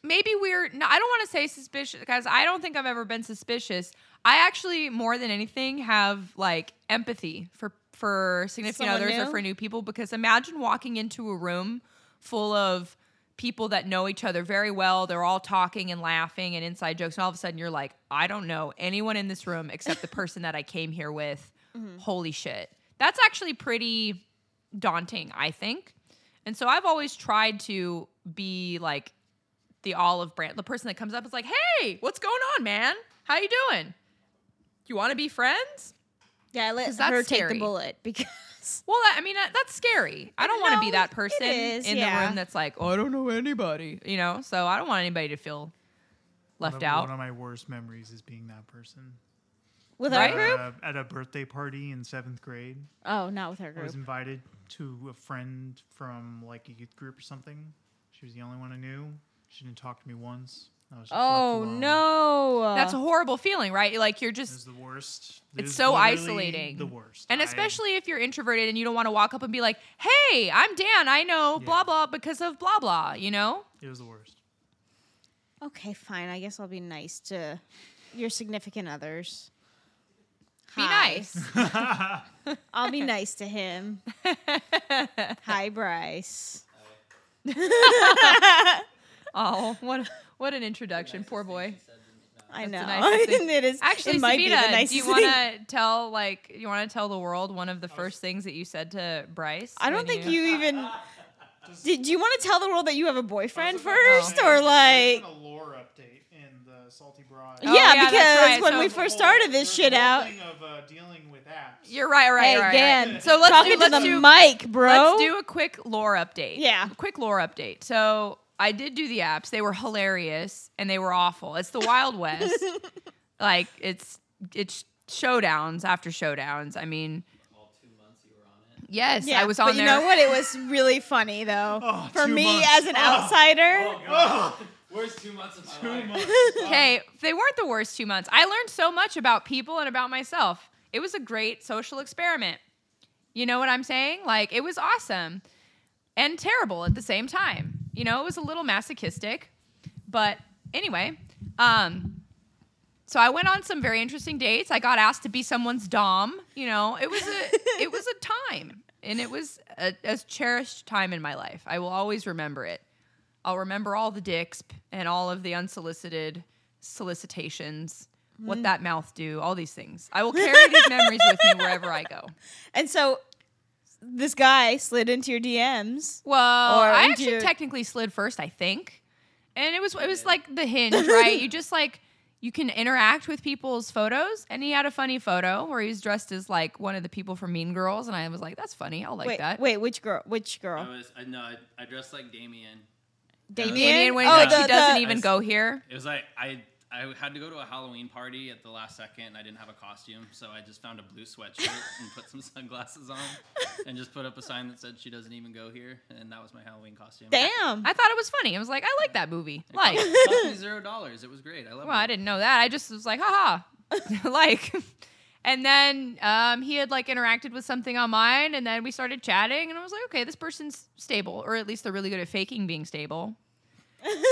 Speaker 3: maybe we're, no, I don't want to say suspicious, guys. I don't think I've ever been suspicious. I actually, more than anything, have like empathy for, for significant
Speaker 1: Someone
Speaker 3: others or
Speaker 1: new?
Speaker 3: for new people because imagine walking into a room full of people that know each other very well. They're all talking and laughing and inside jokes. And all of a sudden you're like, I don't know anyone in this room except the person that I came here with. Holy shit. That's actually pretty daunting, I think. And so I've always tried to be like the olive branch, the person that comes up is like, "Hey, what's going on, man? How you doing? You want to be friends?"
Speaker 1: yeah, I let
Speaker 3: 'Cause that's
Speaker 1: her take
Speaker 3: scary.
Speaker 1: the bullet because
Speaker 3: Well, I- I mean, that, that's scary. I don't want to
Speaker 1: No,
Speaker 3: be that
Speaker 1: it
Speaker 3: person
Speaker 1: is,
Speaker 3: in
Speaker 1: yeah.
Speaker 3: the room that's like, "Oh, "I don't know anybody," you know. So I don't want anybody to feel left
Speaker 2: One of- One
Speaker 3: out.
Speaker 2: of my worst memories is being that person.
Speaker 1: with
Speaker 3: Right?
Speaker 1: our group?
Speaker 2: Uh, at a birthday party in seventh grade,
Speaker 1: Oh, not with her
Speaker 2: I was
Speaker 1: group.
Speaker 2: invited to a friend from like a youth group or something. She was the only one I knew. She didn't talk to me once. I was just left
Speaker 1: Oh
Speaker 2: alone.
Speaker 1: no.
Speaker 3: That's a horrible feeling, right? Like you're
Speaker 2: It was
Speaker 3: just
Speaker 2: the worst. It
Speaker 3: it's
Speaker 2: was
Speaker 3: so
Speaker 2: literally
Speaker 3: isolating.
Speaker 2: The worst.
Speaker 3: And
Speaker 2: I-
Speaker 3: especially if you're introverted and you don't want to walk up and be like, "Hey, I'm Dan. I know blah
Speaker 2: Yeah.
Speaker 3: blah because of blah blah." You know?
Speaker 2: it was the worst.
Speaker 1: okay, fine. I guess I'll be nice to your significant others.
Speaker 3: Be
Speaker 1: Hi.
Speaker 3: nice.
Speaker 1: I'll be nice to him. Hi, Bryce.
Speaker 3: oh, what what an introduction, poor boy.
Speaker 1: I
Speaker 3: That's the
Speaker 1: know.
Speaker 3: nicest thing.
Speaker 1: it is
Speaker 3: Actually,
Speaker 1: it might be the
Speaker 3: Sabina, do
Speaker 1: nicest
Speaker 3: you
Speaker 1: thing.
Speaker 3: want to tell like you want to tell the world one of the first things that you said to Bryce?
Speaker 1: I don't
Speaker 3: when
Speaker 1: think you even. Did you want to tell the world that you have a boyfriend
Speaker 2: Also, there's
Speaker 1: first,
Speaker 2: been
Speaker 1: or
Speaker 2: a-
Speaker 1: like?
Speaker 2: there's been a lore update in the salty broad.
Speaker 3: Oh,
Speaker 1: yeah,
Speaker 3: yeah, that's
Speaker 1: because
Speaker 3: right.
Speaker 1: when
Speaker 3: So-
Speaker 1: we
Speaker 2: There's a
Speaker 1: first
Speaker 2: whole-
Speaker 1: started this
Speaker 2: there's a
Speaker 1: shit
Speaker 2: whole
Speaker 1: out,
Speaker 2: thing of uh, dealing with apps.
Speaker 3: You're right, right,
Speaker 1: hey,
Speaker 3: right, right.
Speaker 1: Dan,
Speaker 3: So let's
Speaker 1: talking
Speaker 3: do, let's
Speaker 1: to the
Speaker 3: do,
Speaker 1: mic, bro.
Speaker 3: Let's do a quick lore update.
Speaker 1: Yeah.
Speaker 3: A quick lore update. So I did do the apps. They were hilarious and they were awful. It's the Wild West. like it's it's showdowns after showdowns. I mean,
Speaker 4: All two months you were on it.
Speaker 3: yes,
Speaker 1: Yeah,
Speaker 3: I was on
Speaker 1: but
Speaker 3: there.
Speaker 1: You know what? It was really funny though
Speaker 2: Oh,
Speaker 1: for
Speaker 2: two
Speaker 1: me
Speaker 2: months.
Speaker 1: as an
Speaker 2: Oh.
Speaker 1: outsider.
Speaker 4: Oh god.
Speaker 2: Oh,
Speaker 4: Where's two months of my
Speaker 2: too
Speaker 4: life?
Speaker 2: much.
Speaker 3: Okay, they weren't the worst two months. I learned so much about people and about myself. It was a great social experiment. You know what I'm saying? Like, it was awesome and terrible at the same time. You know, it was a little masochistic. But anyway, um, so I went on some very interesting dates. I got asked to be someone's dom. You know, it was a it was a time, and it was a, a cherished time in my life. I will always remember it. I'll remember all the dicks p- and all of the unsolicited solicitations,
Speaker 1: Mm.
Speaker 3: what that mouth do, all these things. I will carry these memories with me wherever I go.
Speaker 1: And so this guy slid into your DMs.
Speaker 3: Well,
Speaker 1: Or
Speaker 3: I
Speaker 1: into
Speaker 3: actually
Speaker 1: your-
Speaker 3: technically slid first, I think. And it was it was like the hinge, right? you just like you can interact with people's photos, and he had a funny photo where he was dressed as like one of the people from Mean Girls, and I was like, "That's funny, I'll like
Speaker 1: wait,
Speaker 3: that."
Speaker 1: wait, which girl? Which
Speaker 4: I
Speaker 1: girl?
Speaker 4: was I no, I, I dressed like Damien.
Speaker 1: Damien.
Speaker 3: Damien went,
Speaker 1: oh,
Speaker 3: like,
Speaker 1: the,
Speaker 3: she doesn't
Speaker 1: the-
Speaker 3: even
Speaker 4: Nice.
Speaker 3: go here.
Speaker 4: It was like I I had to go to a Halloween party at the last second and I didn't have a costume, so I just found a blue sweatshirt and put some sunglasses on and just put up a sign that said she doesn't even go here and that was my Halloween costume.
Speaker 1: Damn.
Speaker 3: I thought it was funny. I was like, "I like that movie."
Speaker 4: It
Speaker 3: Like,
Speaker 4: cost, it cost me zero dollars. It was great. I love
Speaker 3: Well, I
Speaker 4: it.
Speaker 3: didn't know that. I just was like, haha. like, and then um, he had like interacted with something on mine, and then we started chatting, and I was like, okay, this person's stable, or at least they're really good at faking being stable.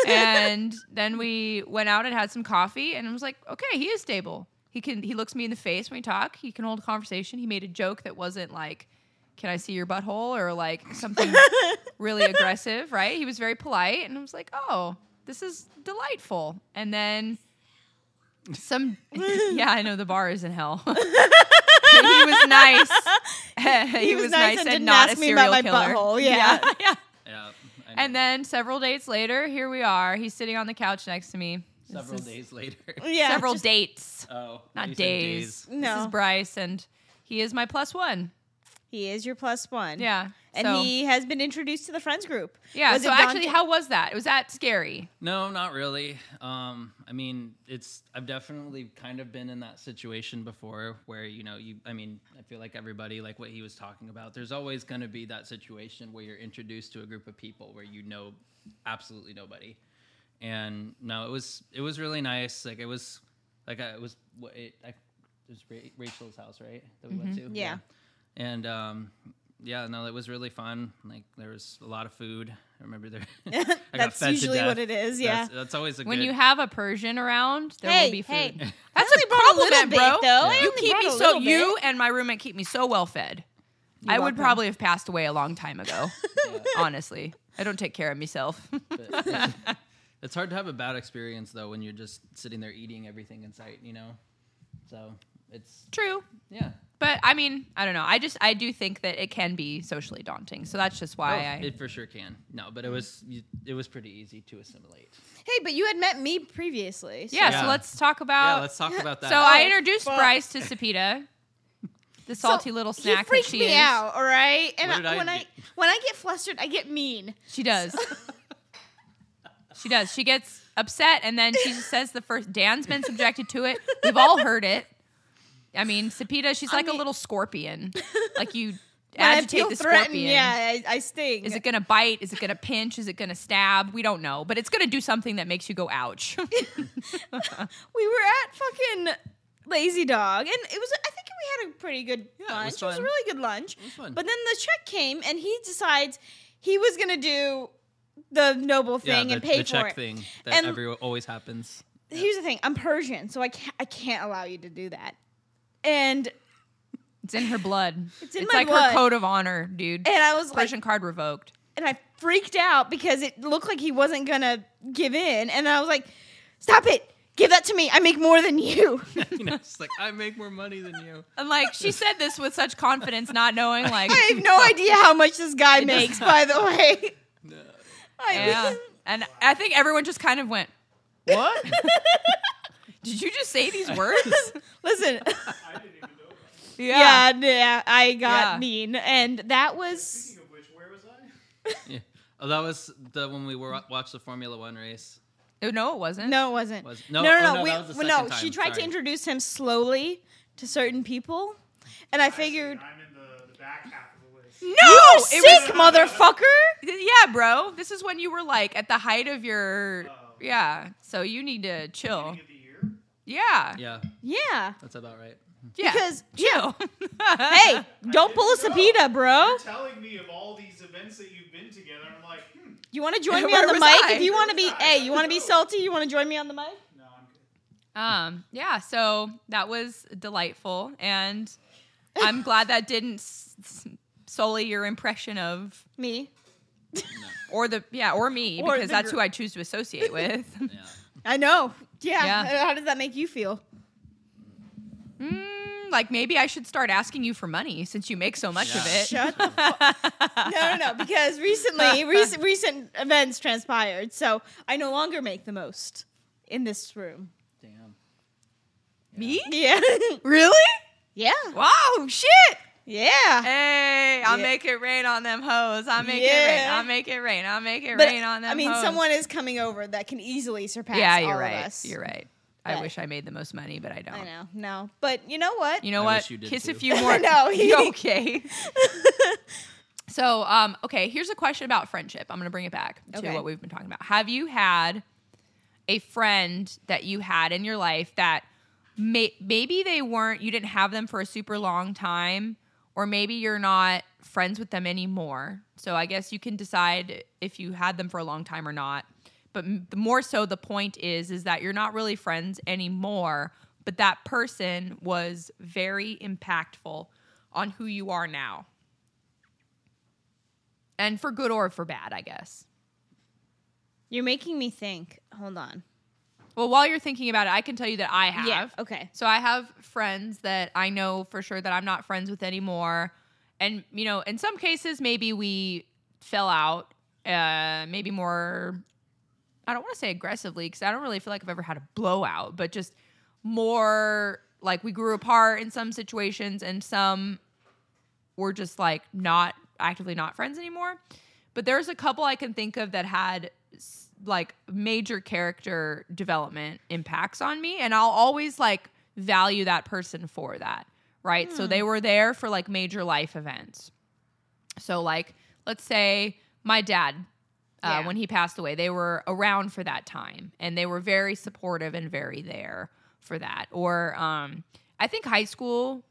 Speaker 3: and then we went out and had some coffee, and I was like, okay, he is stable. He can. He looks me in the face when we talk. He can hold a conversation. He made a joke that wasn't like, "Can I see your butthole?" or like something really aggressive, right? He was very polite, and I was like, "Oh, this is delightful." And then some, yeah, I know the bar is in hell. he was nice. he,
Speaker 1: was nice and didn't ask me about my butthole, yeah.
Speaker 3: yeah, yeah.
Speaker 4: Yeah. I know.
Speaker 3: And then several dates later, here we are. He's sitting on the couch next to me. This
Speaker 4: several
Speaker 3: is-
Speaker 4: days later.
Speaker 1: yeah,
Speaker 3: several
Speaker 1: just-
Speaker 3: dates,
Speaker 4: Oh,
Speaker 3: not
Speaker 4: you said
Speaker 3: days. This is
Speaker 1: No.
Speaker 3: Bryce, and he is my plus one.
Speaker 1: He is your plus one.
Speaker 3: Yeah,
Speaker 1: And
Speaker 3: so-
Speaker 1: he has been introduced to the friends group.
Speaker 3: Yeah.
Speaker 1: Was
Speaker 3: so
Speaker 1: it Dante-
Speaker 3: actually, how was that? Was that scary?
Speaker 4: No, not really. Um, I mean, it's I've definitely kind of been in that situation before where you know you. I mean, I feel like everybody like what he was talking about. There's always going to be that situation where you're introduced to a group of people where you know absolutely nobody. And no, it was it was really nice. Like it was like I it was what it, I, it was Ra- Rachel's house, right? That we went
Speaker 3: Mm-hmm.
Speaker 4: to.
Speaker 1: Yeah.
Speaker 4: And um, yeah, no, that was really fun. Like there was a lot of food. I remember there. I got
Speaker 1: That's
Speaker 4: fed to
Speaker 1: usually what it
Speaker 4: death.
Speaker 1: is, yeah.
Speaker 4: That's- That's always a
Speaker 3: When
Speaker 4: good.
Speaker 3: you have a Persian around, there
Speaker 1: hey,
Speaker 3: will be food.
Speaker 1: hey.
Speaker 3: That's a compliment,
Speaker 1: bit,
Speaker 3: bro.
Speaker 1: though. I
Speaker 3: You
Speaker 1: only
Speaker 3: keep
Speaker 1: brought
Speaker 3: me
Speaker 1: a
Speaker 3: so
Speaker 1: little
Speaker 3: you and my roommate keep me so well fed. I would
Speaker 1: welcome.
Speaker 3: probably have passed away a long time ago.
Speaker 4: Yeah,
Speaker 3: honestly, I don't take care of myself.
Speaker 4: but it's, it's hard to have a bad experience though when you're just sitting there eating everything in sight, you know. So it's
Speaker 3: True,
Speaker 4: yeah.
Speaker 3: but I mean, I don't know. I just I do think that it can be socially daunting. So that's just why I.
Speaker 4: Oh, it for sure can. No, but it was you- it was pretty easy to assimilate.
Speaker 1: Hey, but you had met me previously. so-
Speaker 3: yeah,
Speaker 4: Yeah.
Speaker 3: So let's talk
Speaker 4: Yeah,
Speaker 3: about.
Speaker 4: let's talk about that.
Speaker 3: Oh, so I
Speaker 1: Oh,
Speaker 3: introduced
Speaker 1: fuck.
Speaker 3: Bryce to Sapita, the salty little snack
Speaker 1: He freaks
Speaker 3: that she
Speaker 1: me
Speaker 3: is.
Speaker 1: out, all right? And
Speaker 4: What did
Speaker 1: I-
Speaker 4: I
Speaker 1: when
Speaker 4: do?
Speaker 1: I when I get flustered, I get mean.
Speaker 3: She does. she does. She gets upset and then she just says the first Dan's been subjected to it. We've all heard it. I mean, Sapita, she's like a
Speaker 1: mean-
Speaker 3: little scorpion. Like you agitate
Speaker 1: I feel
Speaker 3: the
Speaker 1: threatened,
Speaker 3: scorpion.
Speaker 1: yeah, I, I sting.
Speaker 3: Is it gonna bite? Is it gonna pinch? Is it gonna stab? We don't know, but it's gonna do something that makes you go ouch.
Speaker 1: we were at fucking Lazy Dog, and it was. I think we had a pretty good
Speaker 4: was
Speaker 1: lunch. It was, a
Speaker 4: fun.
Speaker 1: really good lunch.
Speaker 4: was fun.
Speaker 1: But then the check came, and he decides he was gonna do the noble
Speaker 4: yeah,
Speaker 1: thing
Speaker 4: the,
Speaker 1: and pay
Speaker 4: the
Speaker 1: for
Speaker 4: check
Speaker 1: it.
Speaker 4: thing that
Speaker 1: And-
Speaker 4: every always happens.
Speaker 1: Here's the thing: I'm Persian, so I can't. I can't allow you to do that. And
Speaker 3: it's in her blood. It's
Speaker 1: in
Speaker 3: it's
Speaker 1: my
Speaker 3: like
Speaker 1: blood.
Speaker 3: her code of honor, dude.
Speaker 1: and I was like,
Speaker 3: Persian card revoked.
Speaker 1: and I freaked out because it looked like he wasn't gonna give in, and I was like, "Stop it! Give that to me! I make more than you."
Speaker 4: You know, it's like I make more money than you.
Speaker 3: And like she said this with such confidence, not knowing like
Speaker 1: I have no idea how much this guy makes, by the way. I-
Speaker 3: Yeah. And I think everyone just kind of went, What? Did you just say these words?
Speaker 1: Listen,
Speaker 2: I didn't even know.
Speaker 1: yeah, yeah, I got
Speaker 3: Yeah.
Speaker 1: mean, and that was
Speaker 2: Speaking of which, where was I?
Speaker 4: Yeah. Oh, that was the when we were watched the Formula One race.
Speaker 3: Oh, No, it wasn't.
Speaker 1: no, it wasn't.
Speaker 4: Was- no,
Speaker 1: no,
Speaker 4: oh,
Speaker 1: no,
Speaker 4: no,
Speaker 1: we-
Speaker 4: that was the
Speaker 1: well, no.
Speaker 4: second
Speaker 1: She
Speaker 4: time,
Speaker 1: tried to
Speaker 4: sorry.
Speaker 1: introduce him slowly to certain people, and I figured,
Speaker 2: I'm in the, the back half of the list.
Speaker 3: No,
Speaker 1: "You
Speaker 3: it
Speaker 1: sick
Speaker 3: was
Speaker 1: motherfucker."
Speaker 3: Yeah, bro. This is when you were like at the height of your Yeah. So Oh. you need to chill.
Speaker 2: Beginning of the year.
Speaker 3: Yeah.
Speaker 4: Yeah,
Speaker 1: Yeah,
Speaker 4: that's about right.
Speaker 3: Yeah.
Speaker 1: because
Speaker 3: chill.
Speaker 1: hey, don't pull a
Speaker 2: didn't
Speaker 1: subpoena, bro.
Speaker 2: You're telling me of all these events that you've been together, and I'm like, hmm,
Speaker 1: You want to join me
Speaker 3: Where
Speaker 1: on the
Speaker 3: was
Speaker 1: mic?
Speaker 3: I?
Speaker 1: If you want to be,
Speaker 2: Where was I?
Speaker 1: hey, you want to be salty? You want to join me on the mic?
Speaker 2: no, I'm good.
Speaker 3: Um, yeah, so that was delightful and I'm glad that didn't s- s- sully your impression of
Speaker 1: Me.
Speaker 3: or the yeah, or me
Speaker 1: Or
Speaker 3: because
Speaker 1: the
Speaker 3: that's
Speaker 1: gr-
Speaker 3: who I choose to associate with.
Speaker 4: Yeah,
Speaker 1: I know. Yeah.
Speaker 3: Yeah.
Speaker 1: How does that make you feel?
Speaker 3: Mm, like maybe I should start asking you for money since you make so much of
Speaker 4: Yeah.
Speaker 3: it.
Speaker 1: Shut the fu- No, no, no. Because recently, recent recent events transpired, so I no longer make the most in this room.
Speaker 4: damn.
Speaker 3: Me?
Speaker 1: Yeah.
Speaker 3: Really?
Speaker 1: yeah.
Speaker 3: Wow, shit.
Speaker 1: Yeah.
Speaker 3: Hey, I'll
Speaker 1: Yeah.
Speaker 3: make it rain on them hoes. I'll make it rain.
Speaker 1: Yeah.
Speaker 3: I'll make it rain. I'll make it
Speaker 1: But
Speaker 3: rain on them
Speaker 1: I mean,
Speaker 3: hoes.
Speaker 1: someone is coming over that can easily surpass
Speaker 3: Yeah,
Speaker 1: all
Speaker 3: you're
Speaker 1: of
Speaker 3: right.
Speaker 1: us.
Speaker 3: You're right. I
Speaker 1: But-
Speaker 3: wish I made the most money, but I don't.
Speaker 1: I know. No. But you know what?
Speaker 3: You know
Speaker 4: I
Speaker 3: what?
Speaker 4: wish you did
Speaker 3: Kiss a
Speaker 4: too.
Speaker 3: few more.
Speaker 1: know.
Speaker 3: You're okay. so, um, okay, here's a question about friendship. I'm gonna bring it back to
Speaker 1: Okay.
Speaker 3: what we've been talking about. Have you had a friend that you had in your life that may- maybe they weren't, you didn't have them for a super long time, or maybe you're not friends with them anymore? So I guess you can decide if you had them for a long time or not. But m- the more so, the point is, is that you're not really friends anymore. But that person was very impactful on who you are now and for good or for bad, I guess.
Speaker 1: You're making me think. Hold on.
Speaker 3: Well, while you're thinking about it, I can tell you that I have.
Speaker 1: Yeah. Okay.
Speaker 3: So I have friends that I know for sure that I'm not friends with anymore. And, you know, in some cases, maybe we fell out, uh, maybe more, I don't want to say aggressively because I don't really feel like I've ever had a blowout, but just more like we grew apart in some situations and some were just like not actively not friends anymore. But there's a couple I can think of that had s- like major character development impacts on me, and I'll always like value that person for that, right? So they were there for like major life events. So like let's say my dad uh,
Speaker 1: Yeah.
Speaker 3: when he passed away, they were around for that time and they were very supportive and very there for that. Or um, I think high school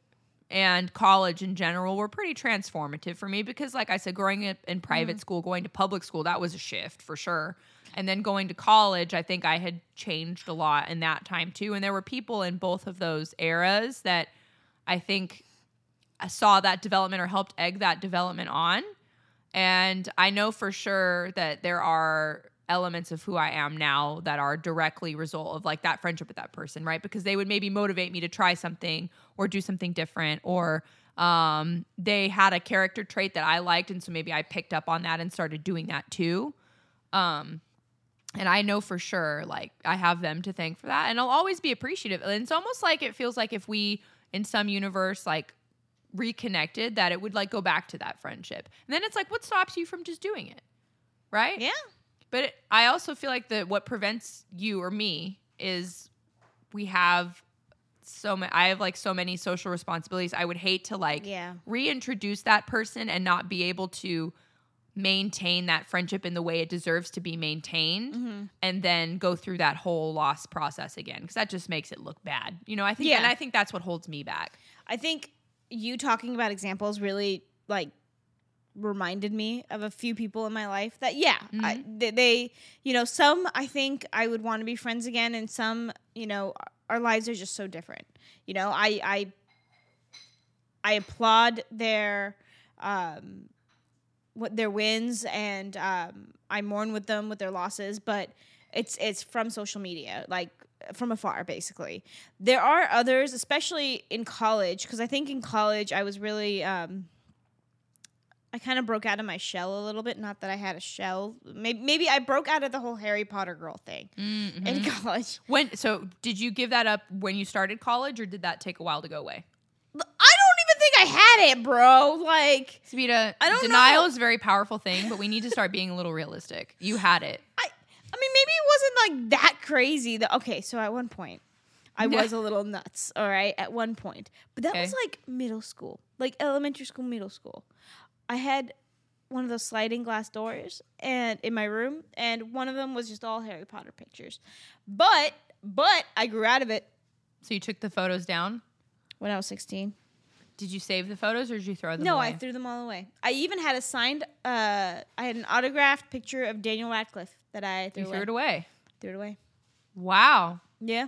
Speaker 3: and college in general were pretty transformative for me because like i said growing up in private school going to public school that was a shift for sure and then going to college i think i had changed a lot in that time too and there were people in both of those eras that i think I saw that development or helped egg that development on and i know for sure that there are elements of who i am now that are directly result of like that friendship with that person right because they would maybe motivate me to try something or do something different or um, they had a character trait that i liked and so maybe i picked up on that and started doing that too um, and i know for sure like i have them to thank for that and i'll always be appreciative and it's almost like it feels like if we in some universe like reconnected that it would like go back to that friendship. And then it's like, what stops you from just doing it? Right?
Speaker 1: Yeah.
Speaker 3: But it, I also feel like that what prevents you or me is we have so many I have like so many social responsibilities. I would hate to like
Speaker 1: Yeah.
Speaker 3: reintroduce that person and not be able to maintain that friendship in the way it deserves to be maintained
Speaker 1: Mm-hmm.
Speaker 3: and then go through that whole loss process again because that just makes it look bad. You know, I think
Speaker 1: Yeah.
Speaker 3: and I think that's what holds me back.
Speaker 1: I think you talking about examples really like reminded me of a few people in my life that yeah I, they, they you know some I think I would want to be friends again and some you know our lives are just so different you know I I I applaud their um what their wins and um I mourn with them with their losses but it's it's from social media like from afar basically there are others especially in college because i think in college i was really um, i kind of broke out of my shell a little bit not that i had a shell maybe, maybe i broke out of the whole harry potter girl thing in college
Speaker 3: When so did you give that up when you started college or did that take a while to go away?
Speaker 1: i don't even think i had it bro like
Speaker 3: Sabita,
Speaker 1: I don't
Speaker 3: denial
Speaker 1: know.
Speaker 3: is a very powerful thing, but we need to start being a little realistic. You had it.
Speaker 1: i i mean maybe it wasn't like that crazy that okay so at one point i was a little nuts all right at one point but that was
Speaker 3: Okay.
Speaker 1: like middle school like elementary school middle school I had one of those sliding glass doors and in my room and one of them was just all Harry Potter pictures. But but I grew out of it
Speaker 3: So you took the photos down.
Speaker 1: when I was 16.
Speaker 3: Did you save the photos or did you throw them
Speaker 1: no,
Speaker 3: away?
Speaker 1: I threw them all away. I even had a signed uh I had an autographed picture of Daniel Radcliffe that I threw,
Speaker 3: you
Speaker 1: away.
Speaker 3: threw it away.
Speaker 1: Threw it away.
Speaker 3: Wow.
Speaker 1: Yeah.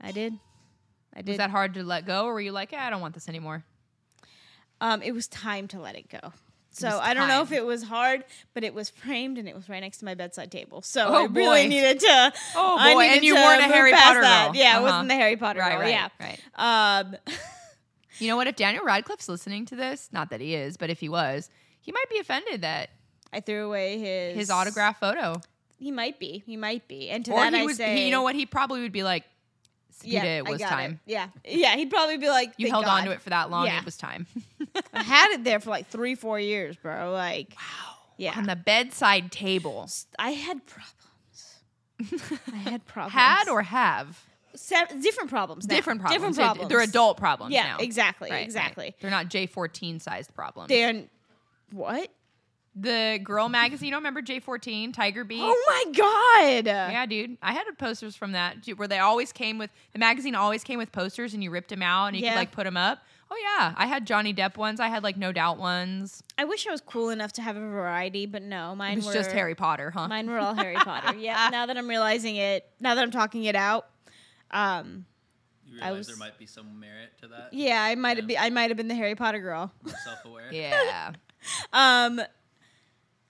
Speaker 1: I did. I
Speaker 3: Was
Speaker 1: did.
Speaker 3: that hard to let go or were you like, yeah, I don't want this anymore?
Speaker 1: um it was time to let it go. So
Speaker 3: was
Speaker 1: I don't know if
Speaker 3: time.
Speaker 1: it was hard, but it was framed and it was right next to my bedside table. So
Speaker 3: Oh,
Speaker 1: I really
Speaker 3: boy.
Speaker 1: needed to.
Speaker 3: Oh,
Speaker 1: I
Speaker 3: boy, and
Speaker 1: needed
Speaker 3: you
Speaker 1: to
Speaker 3: weren't a
Speaker 1: move
Speaker 3: Harry
Speaker 1: past
Speaker 3: Potter
Speaker 1: that.
Speaker 3: girl.
Speaker 1: Yeah, I
Speaker 3: Uh-huh.
Speaker 1: wasn't the Harry Potter
Speaker 3: Right,
Speaker 1: girl.
Speaker 3: right,
Speaker 1: yeah,
Speaker 3: right.
Speaker 1: Um,
Speaker 3: You know what? If Daniel Radcliffe's listening to this, not that he is, but if he was, he might be offended that
Speaker 1: I threw away his
Speaker 3: his autograph photo.
Speaker 1: He might be. He might be. And to
Speaker 3: Or
Speaker 1: that
Speaker 3: he
Speaker 1: I
Speaker 3: was,
Speaker 1: say,
Speaker 3: he, you know what? He probably would be like,
Speaker 1: Yeah,
Speaker 3: yeah, it
Speaker 1: I
Speaker 3: was
Speaker 1: got it.
Speaker 3: time.
Speaker 1: Yeah, yeah. He'd probably be like,
Speaker 3: You
Speaker 1: "Thank
Speaker 3: held on
Speaker 1: God."
Speaker 3: to it for that long.
Speaker 1: Yeah.
Speaker 3: It was time.
Speaker 1: I had it there for like three, four years, bro. Like, wow. Yeah,
Speaker 3: On the bedside table.
Speaker 1: I had problems. I had problems.
Speaker 3: Had or have?
Speaker 1: Se- different problems. now.
Speaker 3: Different problems.
Speaker 1: Different
Speaker 3: They're-
Speaker 1: problems.
Speaker 3: They're adult problems
Speaker 1: Yeah,
Speaker 3: now.
Speaker 1: exactly,
Speaker 3: Right, right.
Speaker 1: exactly.
Speaker 3: They're not J14 sized problems.
Speaker 1: They're what?
Speaker 3: the girl magazine, you don't remember J14, Tiger Beat?
Speaker 1: Oh my god.
Speaker 3: Yeah, dude. I had posters from that dude, where they always came with the magazine always came with posters and you ripped them out and you
Speaker 1: Yeah.
Speaker 3: could like put them up. Oh yeah, I had Johnny Depp ones. I had like No Doubt ones.
Speaker 1: I wish I was cool enough to have a variety, but no, mine
Speaker 3: It was
Speaker 1: were
Speaker 3: just Harry Potter, huh?
Speaker 1: Mine were all Harry Potter. Yeah. Now that I'm realizing it, now that I'm talking it out, um,
Speaker 4: You realize
Speaker 1: was-
Speaker 4: there might be some merit to that.
Speaker 1: yeah, I might have be, I might have been the Harry Potter girl.
Speaker 4: Self aware.
Speaker 3: Yeah.
Speaker 1: Um,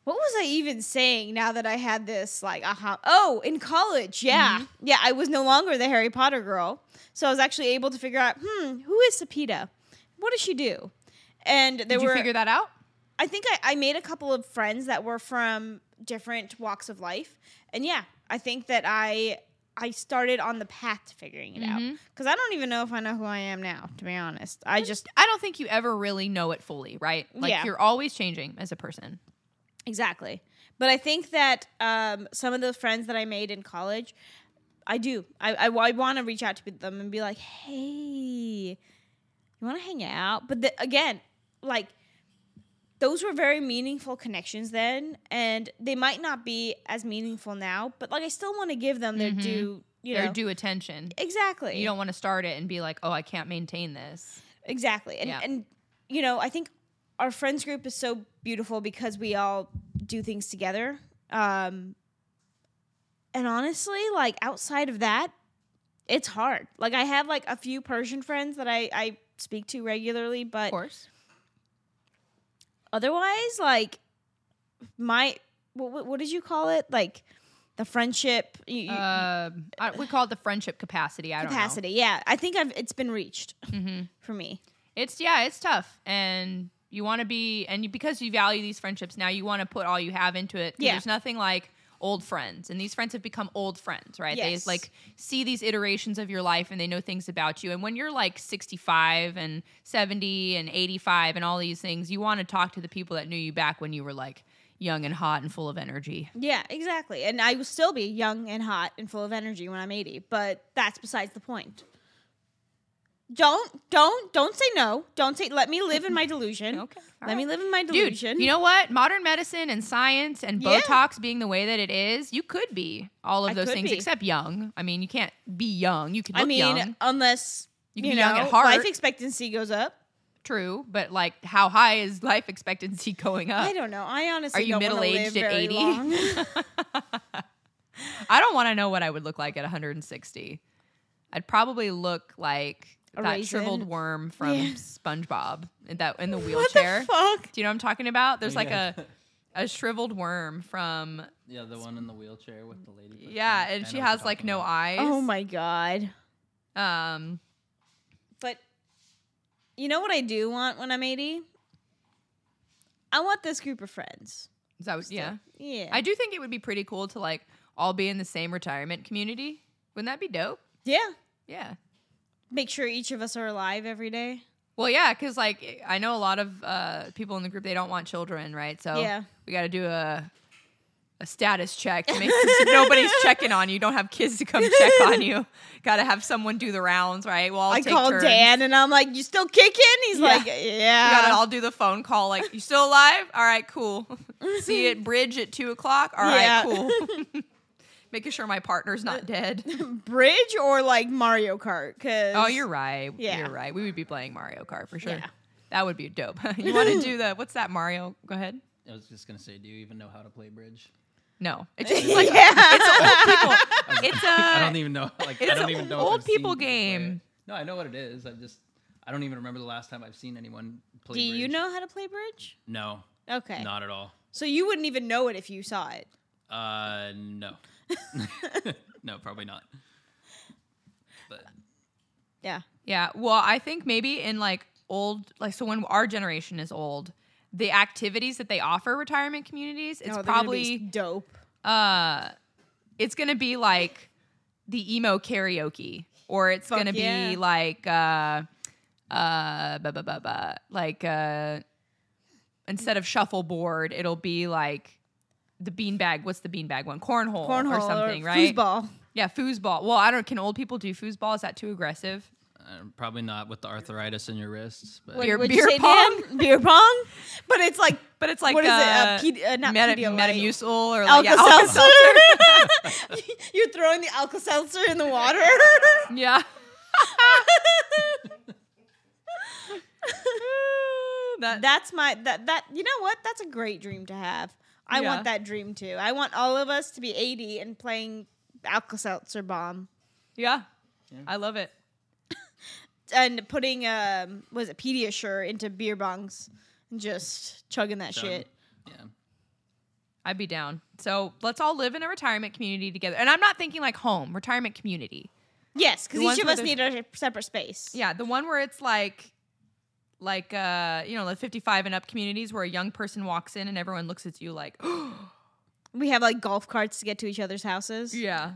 Speaker 1: what was I even saying? Now that I had this, like, aha, oh, in college, yeah,
Speaker 3: Mm-hmm.
Speaker 1: yeah, I was no longer the Harry Potter girl, so I was actually able to figure out, hmm, who is Sapita? What does she do? And there
Speaker 3: Did you
Speaker 1: were
Speaker 3: figure that out?
Speaker 1: I think I, I made a couple of friends that were from different walks of life, and yeah, I think that I I started on the path to figuring it
Speaker 3: Mm-hmm.
Speaker 1: out because I don't even know if I know who I am now. To be honest, I just
Speaker 3: I don't think you ever really know it fully, right? Like
Speaker 1: Yeah.
Speaker 3: you're always changing as a person.
Speaker 1: exactly. But I think that um, some of those friends that I made in college, I do. I I, I want to reach out to them and be like, hey, you want to hang out but the, again like those were very meaningful connections then and they might not be as meaningful now but like i still want to give them their due you
Speaker 3: Mm-hmm. Their
Speaker 1: know
Speaker 3: due attention.
Speaker 1: exactly
Speaker 3: You don't want to start it and be like, oh, I can't maintain this.
Speaker 1: exactly and
Speaker 3: Yeah.
Speaker 1: and you know i think our friends group is so beautiful because we all do things together um and honestly like outside of that it's hard like i have like a few persian friends that i i speak to regularly but
Speaker 3: Of course.
Speaker 1: otherwise like my what, what did you call it like the friendship you, you-
Speaker 3: Uh, I, we call it the friendship capacity. I don't know. Mm-hmm.
Speaker 1: capacity yeah i think i've it's been reached for me
Speaker 3: it's yeah, it's tough, and you want to be, and you, because you value these friendships now, you want to put all you have into it. 'Cause
Speaker 1: Yeah.
Speaker 3: there's nothing like old friends, and these friends have become old friends, right?
Speaker 1: Yes.
Speaker 3: They like see these iterations of your life, and they know things about you. And when you're like 65 and 70 and 85 and all these things, you want to talk to the people that knew you back when you were like young and hot and full of energy.
Speaker 1: yeah exactly and i will still be young and hot and full of energy when i'm 80 but that's besides the point Don't don't don't say no. Don't say let me live in my delusion.
Speaker 5: Okay, all
Speaker 1: Let
Speaker 5: right.
Speaker 1: me live in my
Speaker 3: Dude,
Speaker 1: delusion.
Speaker 3: you know what? Modern medicine and science and
Speaker 1: Yeah.
Speaker 3: Botox being the way that it is, you could be all of
Speaker 1: I
Speaker 3: those
Speaker 1: could
Speaker 3: things
Speaker 1: be.
Speaker 3: except young. I mean, you can't be young. You can look
Speaker 1: I mean,
Speaker 3: young.
Speaker 1: unless
Speaker 3: You
Speaker 1: you,
Speaker 3: can be
Speaker 1: know,
Speaker 3: young at heart.
Speaker 1: life expectancy goes up.
Speaker 3: True, but like, how high is life expectancy going up?
Speaker 1: I don't know. I honestly
Speaker 3: Uh, Are you
Speaker 1: don't wanna
Speaker 3: middle-aged
Speaker 1: live
Speaker 3: at
Speaker 1: very
Speaker 3: 80?
Speaker 1: long.
Speaker 3: I don't want to know what I would look like at 160. I'd probably look like
Speaker 1: A
Speaker 3: that
Speaker 1: raisin.
Speaker 3: shriveled worm from
Speaker 1: Yeah.
Speaker 3: SpongeBob in that in the
Speaker 1: what
Speaker 3: wheelchair.
Speaker 1: the fuck?
Speaker 3: Do you know what I'm talking about? There's like
Speaker 4: Yeah.
Speaker 3: a a shriveled worm from
Speaker 4: Yeah, the one in the wheelchair with the lady. pushing
Speaker 3: yeah,
Speaker 4: it. I
Speaker 3: and
Speaker 4: know
Speaker 3: she
Speaker 4: what you're
Speaker 3: has like
Speaker 4: talking
Speaker 3: no
Speaker 4: about.
Speaker 3: eyes.
Speaker 1: Oh my god.
Speaker 3: Um,
Speaker 1: But you know what I do want when I'm 80? I want this group of friends.
Speaker 3: is that was yeah.
Speaker 1: Yeah.
Speaker 3: I do think it would be pretty cool to like all be in the same retirement community. Wouldn't that be dope?
Speaker 1: yeah.
Speaker 3: Yeah.
Speaker 1: Make sure each of us are alive every day.
Speaker 3: Well, yeah, because like I know a lot of uh, people in the group they don't want children, right? So
Speaker 1: Yeah.
Speaker 3: we got to do a a status check. To make so nobody's checking on you. Don't have kids to come check on you. Got to have someone do the rounds, right? Well,
Speaker 1: I called Dan and I'm like, "You still kicking?" He's
Speaker 3: Yeah.
Speaker 1: like,
Speaker 3: We gotta
Speaker 1: "Yeah."
Speaker 3: all do the phone call. Like, you still alive? All right, cool. See you at bridge at two o'clock. All right,
Speaker 1: Yeah.
Speaker 3: cool. Making sure my partner's not dead.
Speaker 1: Bridge or like Mario Kart cuz
Speaker 3: Oh, you're right.
Speaker 1: Yeah.
Speaker 3: You're right. We would be playing Mario Kart for sure.
Speaker 1: Yeah.
Speaker 3: That would be dope. you want to do the what's that Mario? Go ahead.
Speaker 4: I was just gonna say, do you even know how to play bridge?
Speaker 3: No, it's just like
Speaker 1: Yeah.
Speaker 3: it's old people. It's uh, a
Speaker 1: Uh,
Speaker 4: I don't even know. Like,
Speaker 3: it's
Speaker 4: I don't
Speaker 3: an
Speaker 4: even know. if
Speaker 3: old
Speaker 4: I've seen
Speaker 3: people
Speaker 4: play it.
Speaker 3: game.
Speaker 4: No, I know what it is. I just, I don't even remember the last time I've seen anyone play.
Speaker 1: Do you
Speaker 4: bridge.
Speaker 1: know how to play bridge?
Speaker 4: No,
Speaker 1: Okay.
Speaker 4: not at all.
Speaker 1: So you wouldn't even know it if you saw it.
Speaker 4: Uh, no, no, probably not. But
Speaker 1: Yeah.
Speaker 3: Yeah. Well, I think maybe in like old, like, so when our generation is old, the activities that they offer retirement communities, it's
Speaker 1: No, Oh, they're gonna be
Speaker 3: probably,
Speaker 1: dope.
Speaker 3: uh, it's going to be like the emo karaoke, or it's
Speaker 1: Fuck
Speaker 3: going to
Speaker 1: yeah.
Speaker 3: be like, uh, uh, ba ba ba ba, like, uh, instead of shuffleboard, it'll be like the beanbag. What's the beanbag one? Cornhole,
Speaker 1: Cornhole
Speaker 3: or something,
Speaker 1: or
Speaker 3: right?
Speaker 1: Foosball.
Speaker 3: Yeah, foosball. Well, I don't. Can old people do foosball? Is that too aggressive?
Speaker 4: uh, probably not with the arthritis in your wrists. But
Speaker 3: Beer-
Speaker 1: What'd you
Speaker 3: beer
Speaker 1: say, Dan? Beer pong? But it's like
Speaker 3: But it's like
Speaker 1: What is it?
Speaker 3: uh,
Speaker 1: Uh, Ped- uh, not
Speaker 3: Meta-
Speaker 1: Pedialyte.
Speaker 3: Metamucil or like
Speaker 1: Alka
Speaker 3: Oh, yeah, Alka-Seltzer.
Speaker 1: Seltzer. You're throwing the Alka Seltzer in the water.
Speaker 3: Yeah. that,
Speaker 1: That's my that that you know what? That's a great dream to have. I
Speaker 3: Yeah.
Speaker 1: want that dream too. I want all of us to be 80 and playing Alka Seltzer bomb
Speaker 3: yeah. I love it.
Speaker 1: and putting um was it Pediasure into beer bongs and just chugging that
Speaker 4: um,
Speaker 1: shit.
Speaker 4: Yeah.
Speaker 3: I'd be down. So let's all live in a retirement community together. And I'm not thinking like home, retirement community.
Speaker 1: Yes, because
Speaker 3: The ones
Speaker 1: each of
Speaker 3: where
Speaker 1: us
Speaker 3: there's-
Speaker 1: need a separate space.
Speaker 3: Yeah, the one where it's like like uh, you know, the 55 and up communities where a young person walks in and everyone looks at you like,
Speaker 1: We have like golf carts to get to each other's houses.
Speaker 3: "Yeah.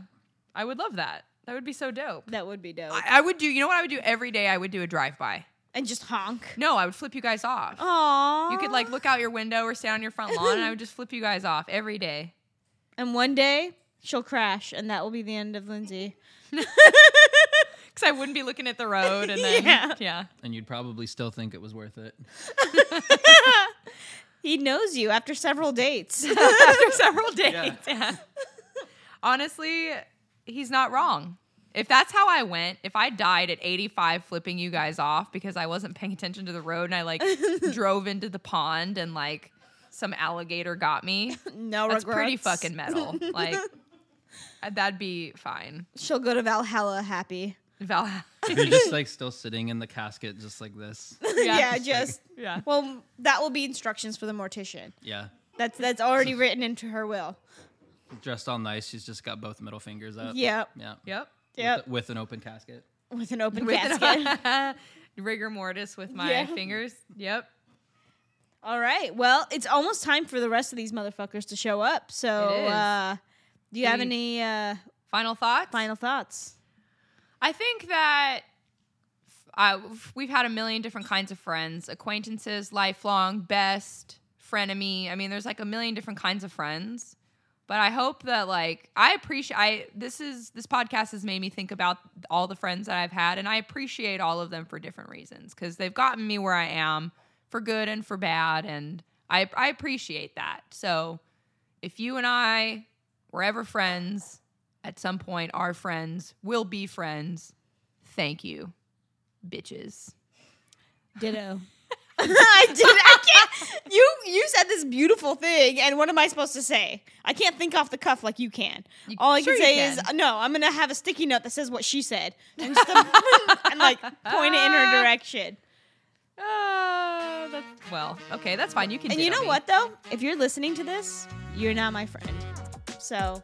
Speaker 3: I would love that. That would be so dope."
Speaker 1: That would be dope.
Speaker 3: I, I would do, you know what I would do every day? I would do a drive-by.
Speaker 1: and just honk.
Speaker 3: No, I would flip you guys off.
Speaker 1: Aww.
Speaker 3: You could like look out your window or stand on your front lawn, and I would just flip you guys off every day.
Speaker 1: And one day she'll crash, and that will be the end of Lindsay.
Speaker 3: Because I wouldn't be looking at the road, and then yeah.
Speaker 1: Yeah.
Speaker 4: And you'd probably still think it was worth it.
Speaker 1: He knows you after several dates.
Speaker 3: after several days. yeah. Honestly, he's not wrong. If that's how I went, if I died at 85 flipping you guys off because I wasn't paying attention to the road and I like drove into the pond and like some alligator got me,
Speaker 1: no
Speaker 3: that's
Speaker 1: regrets.
Speaker 3: pretty fucking metal. Like I- that'd be fine.
Speaker 1: She'll go to Valhalla happy.
Speaker 3: Val-
Speaker 4: You're just like still sitting in the casket, just like this.
Speaker 1: Yeah,
Speaker 3: Yeah.
Speaker 1: just
Speaker 3: yeah.
Speaker 1: well, that will be instructions for the mortician.
Speaker 4: Yeah.
Speaker 1: That's that's already written into her will.
Speaker 4: Dressed all nice. She's just got both middle fingers up.
Speaker 1: Yep.
Speaker 4: Yeah.
Speaker 3: Yep.
Speaker 1: Yep,
Speaker 4: With, with an open casket.
Speaker 1: with an open
Speaker 3: With an-
Speaker 1: casket.
Speaker 3: rigor mortis with my
Speaker 1: Yeah.
Speaker 3: fingers. Yep.
Speaker 1: All right. Well, it's almost time for the rest of these motherfuckers to show up. So,
Speaker 3: It is.
Speaker 1: uh, do you have
Speaker 3: We-
Speaker 1: any uh,
Speaker 3: Final thoughts.
Speaker 1: final thoughts?
Speaker 3: I think that uh, we've had a million different kinds of friends: acquaintances, lifelong, best, frenemy. I mean, there's like a million different kinds of friends. But I hope that like I appreciate I this is this podcast has made me think about all the friends that I've had and I appreciate all of them for different reasons cuz they've gotten me where I am for good and for bad and I I appreciate that. So if you and I were ever friends at some point are friends, will be friends. Thank you, bitches.
Speaker 1: Ditto. I did. I can't. You you said this beautiful thing, and what am I supposed to say? I can't think off the cuff like you can.
Speaker 3: You-
Speaker 1: All I
Speaker 3: sure you
Speaker 1: can say
Speaker 3: can.
Speaker 1: is no. I'm gonna have a sticky note that says what she said, and, just and like point it in her direction.
Speaker 3: Uh, that's, well, okay, that's fine. You can.
Speaker 1: And you
Speaker 3: ditto
Speaker 1: know
Speaker 3: me.
Speaker 1: what though? If you're listening to this, you're not my friend. So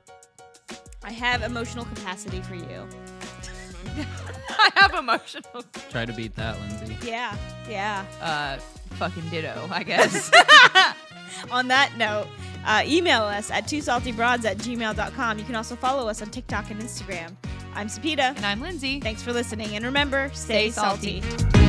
Speaker 1: I have emotional capacity for you.
Speaker 3: I have emotional.
Speaker 4: Try to beat that, Lindsay.
Speaker 1: Yeah, yeah.
Speaker 3: Uh, fucking ditto, I guess.
Speaker 1: On that note, uh, email us at two saltybroads at gmail.com. You can also follow us on TikTok and Instagram. I'm Sapita.
Speaker 3: and I'm Lindsay.
Speaker 1: Thanks for listening, and remember, stay,
Speaker 3: Stay salty.
Speaker 1: salty.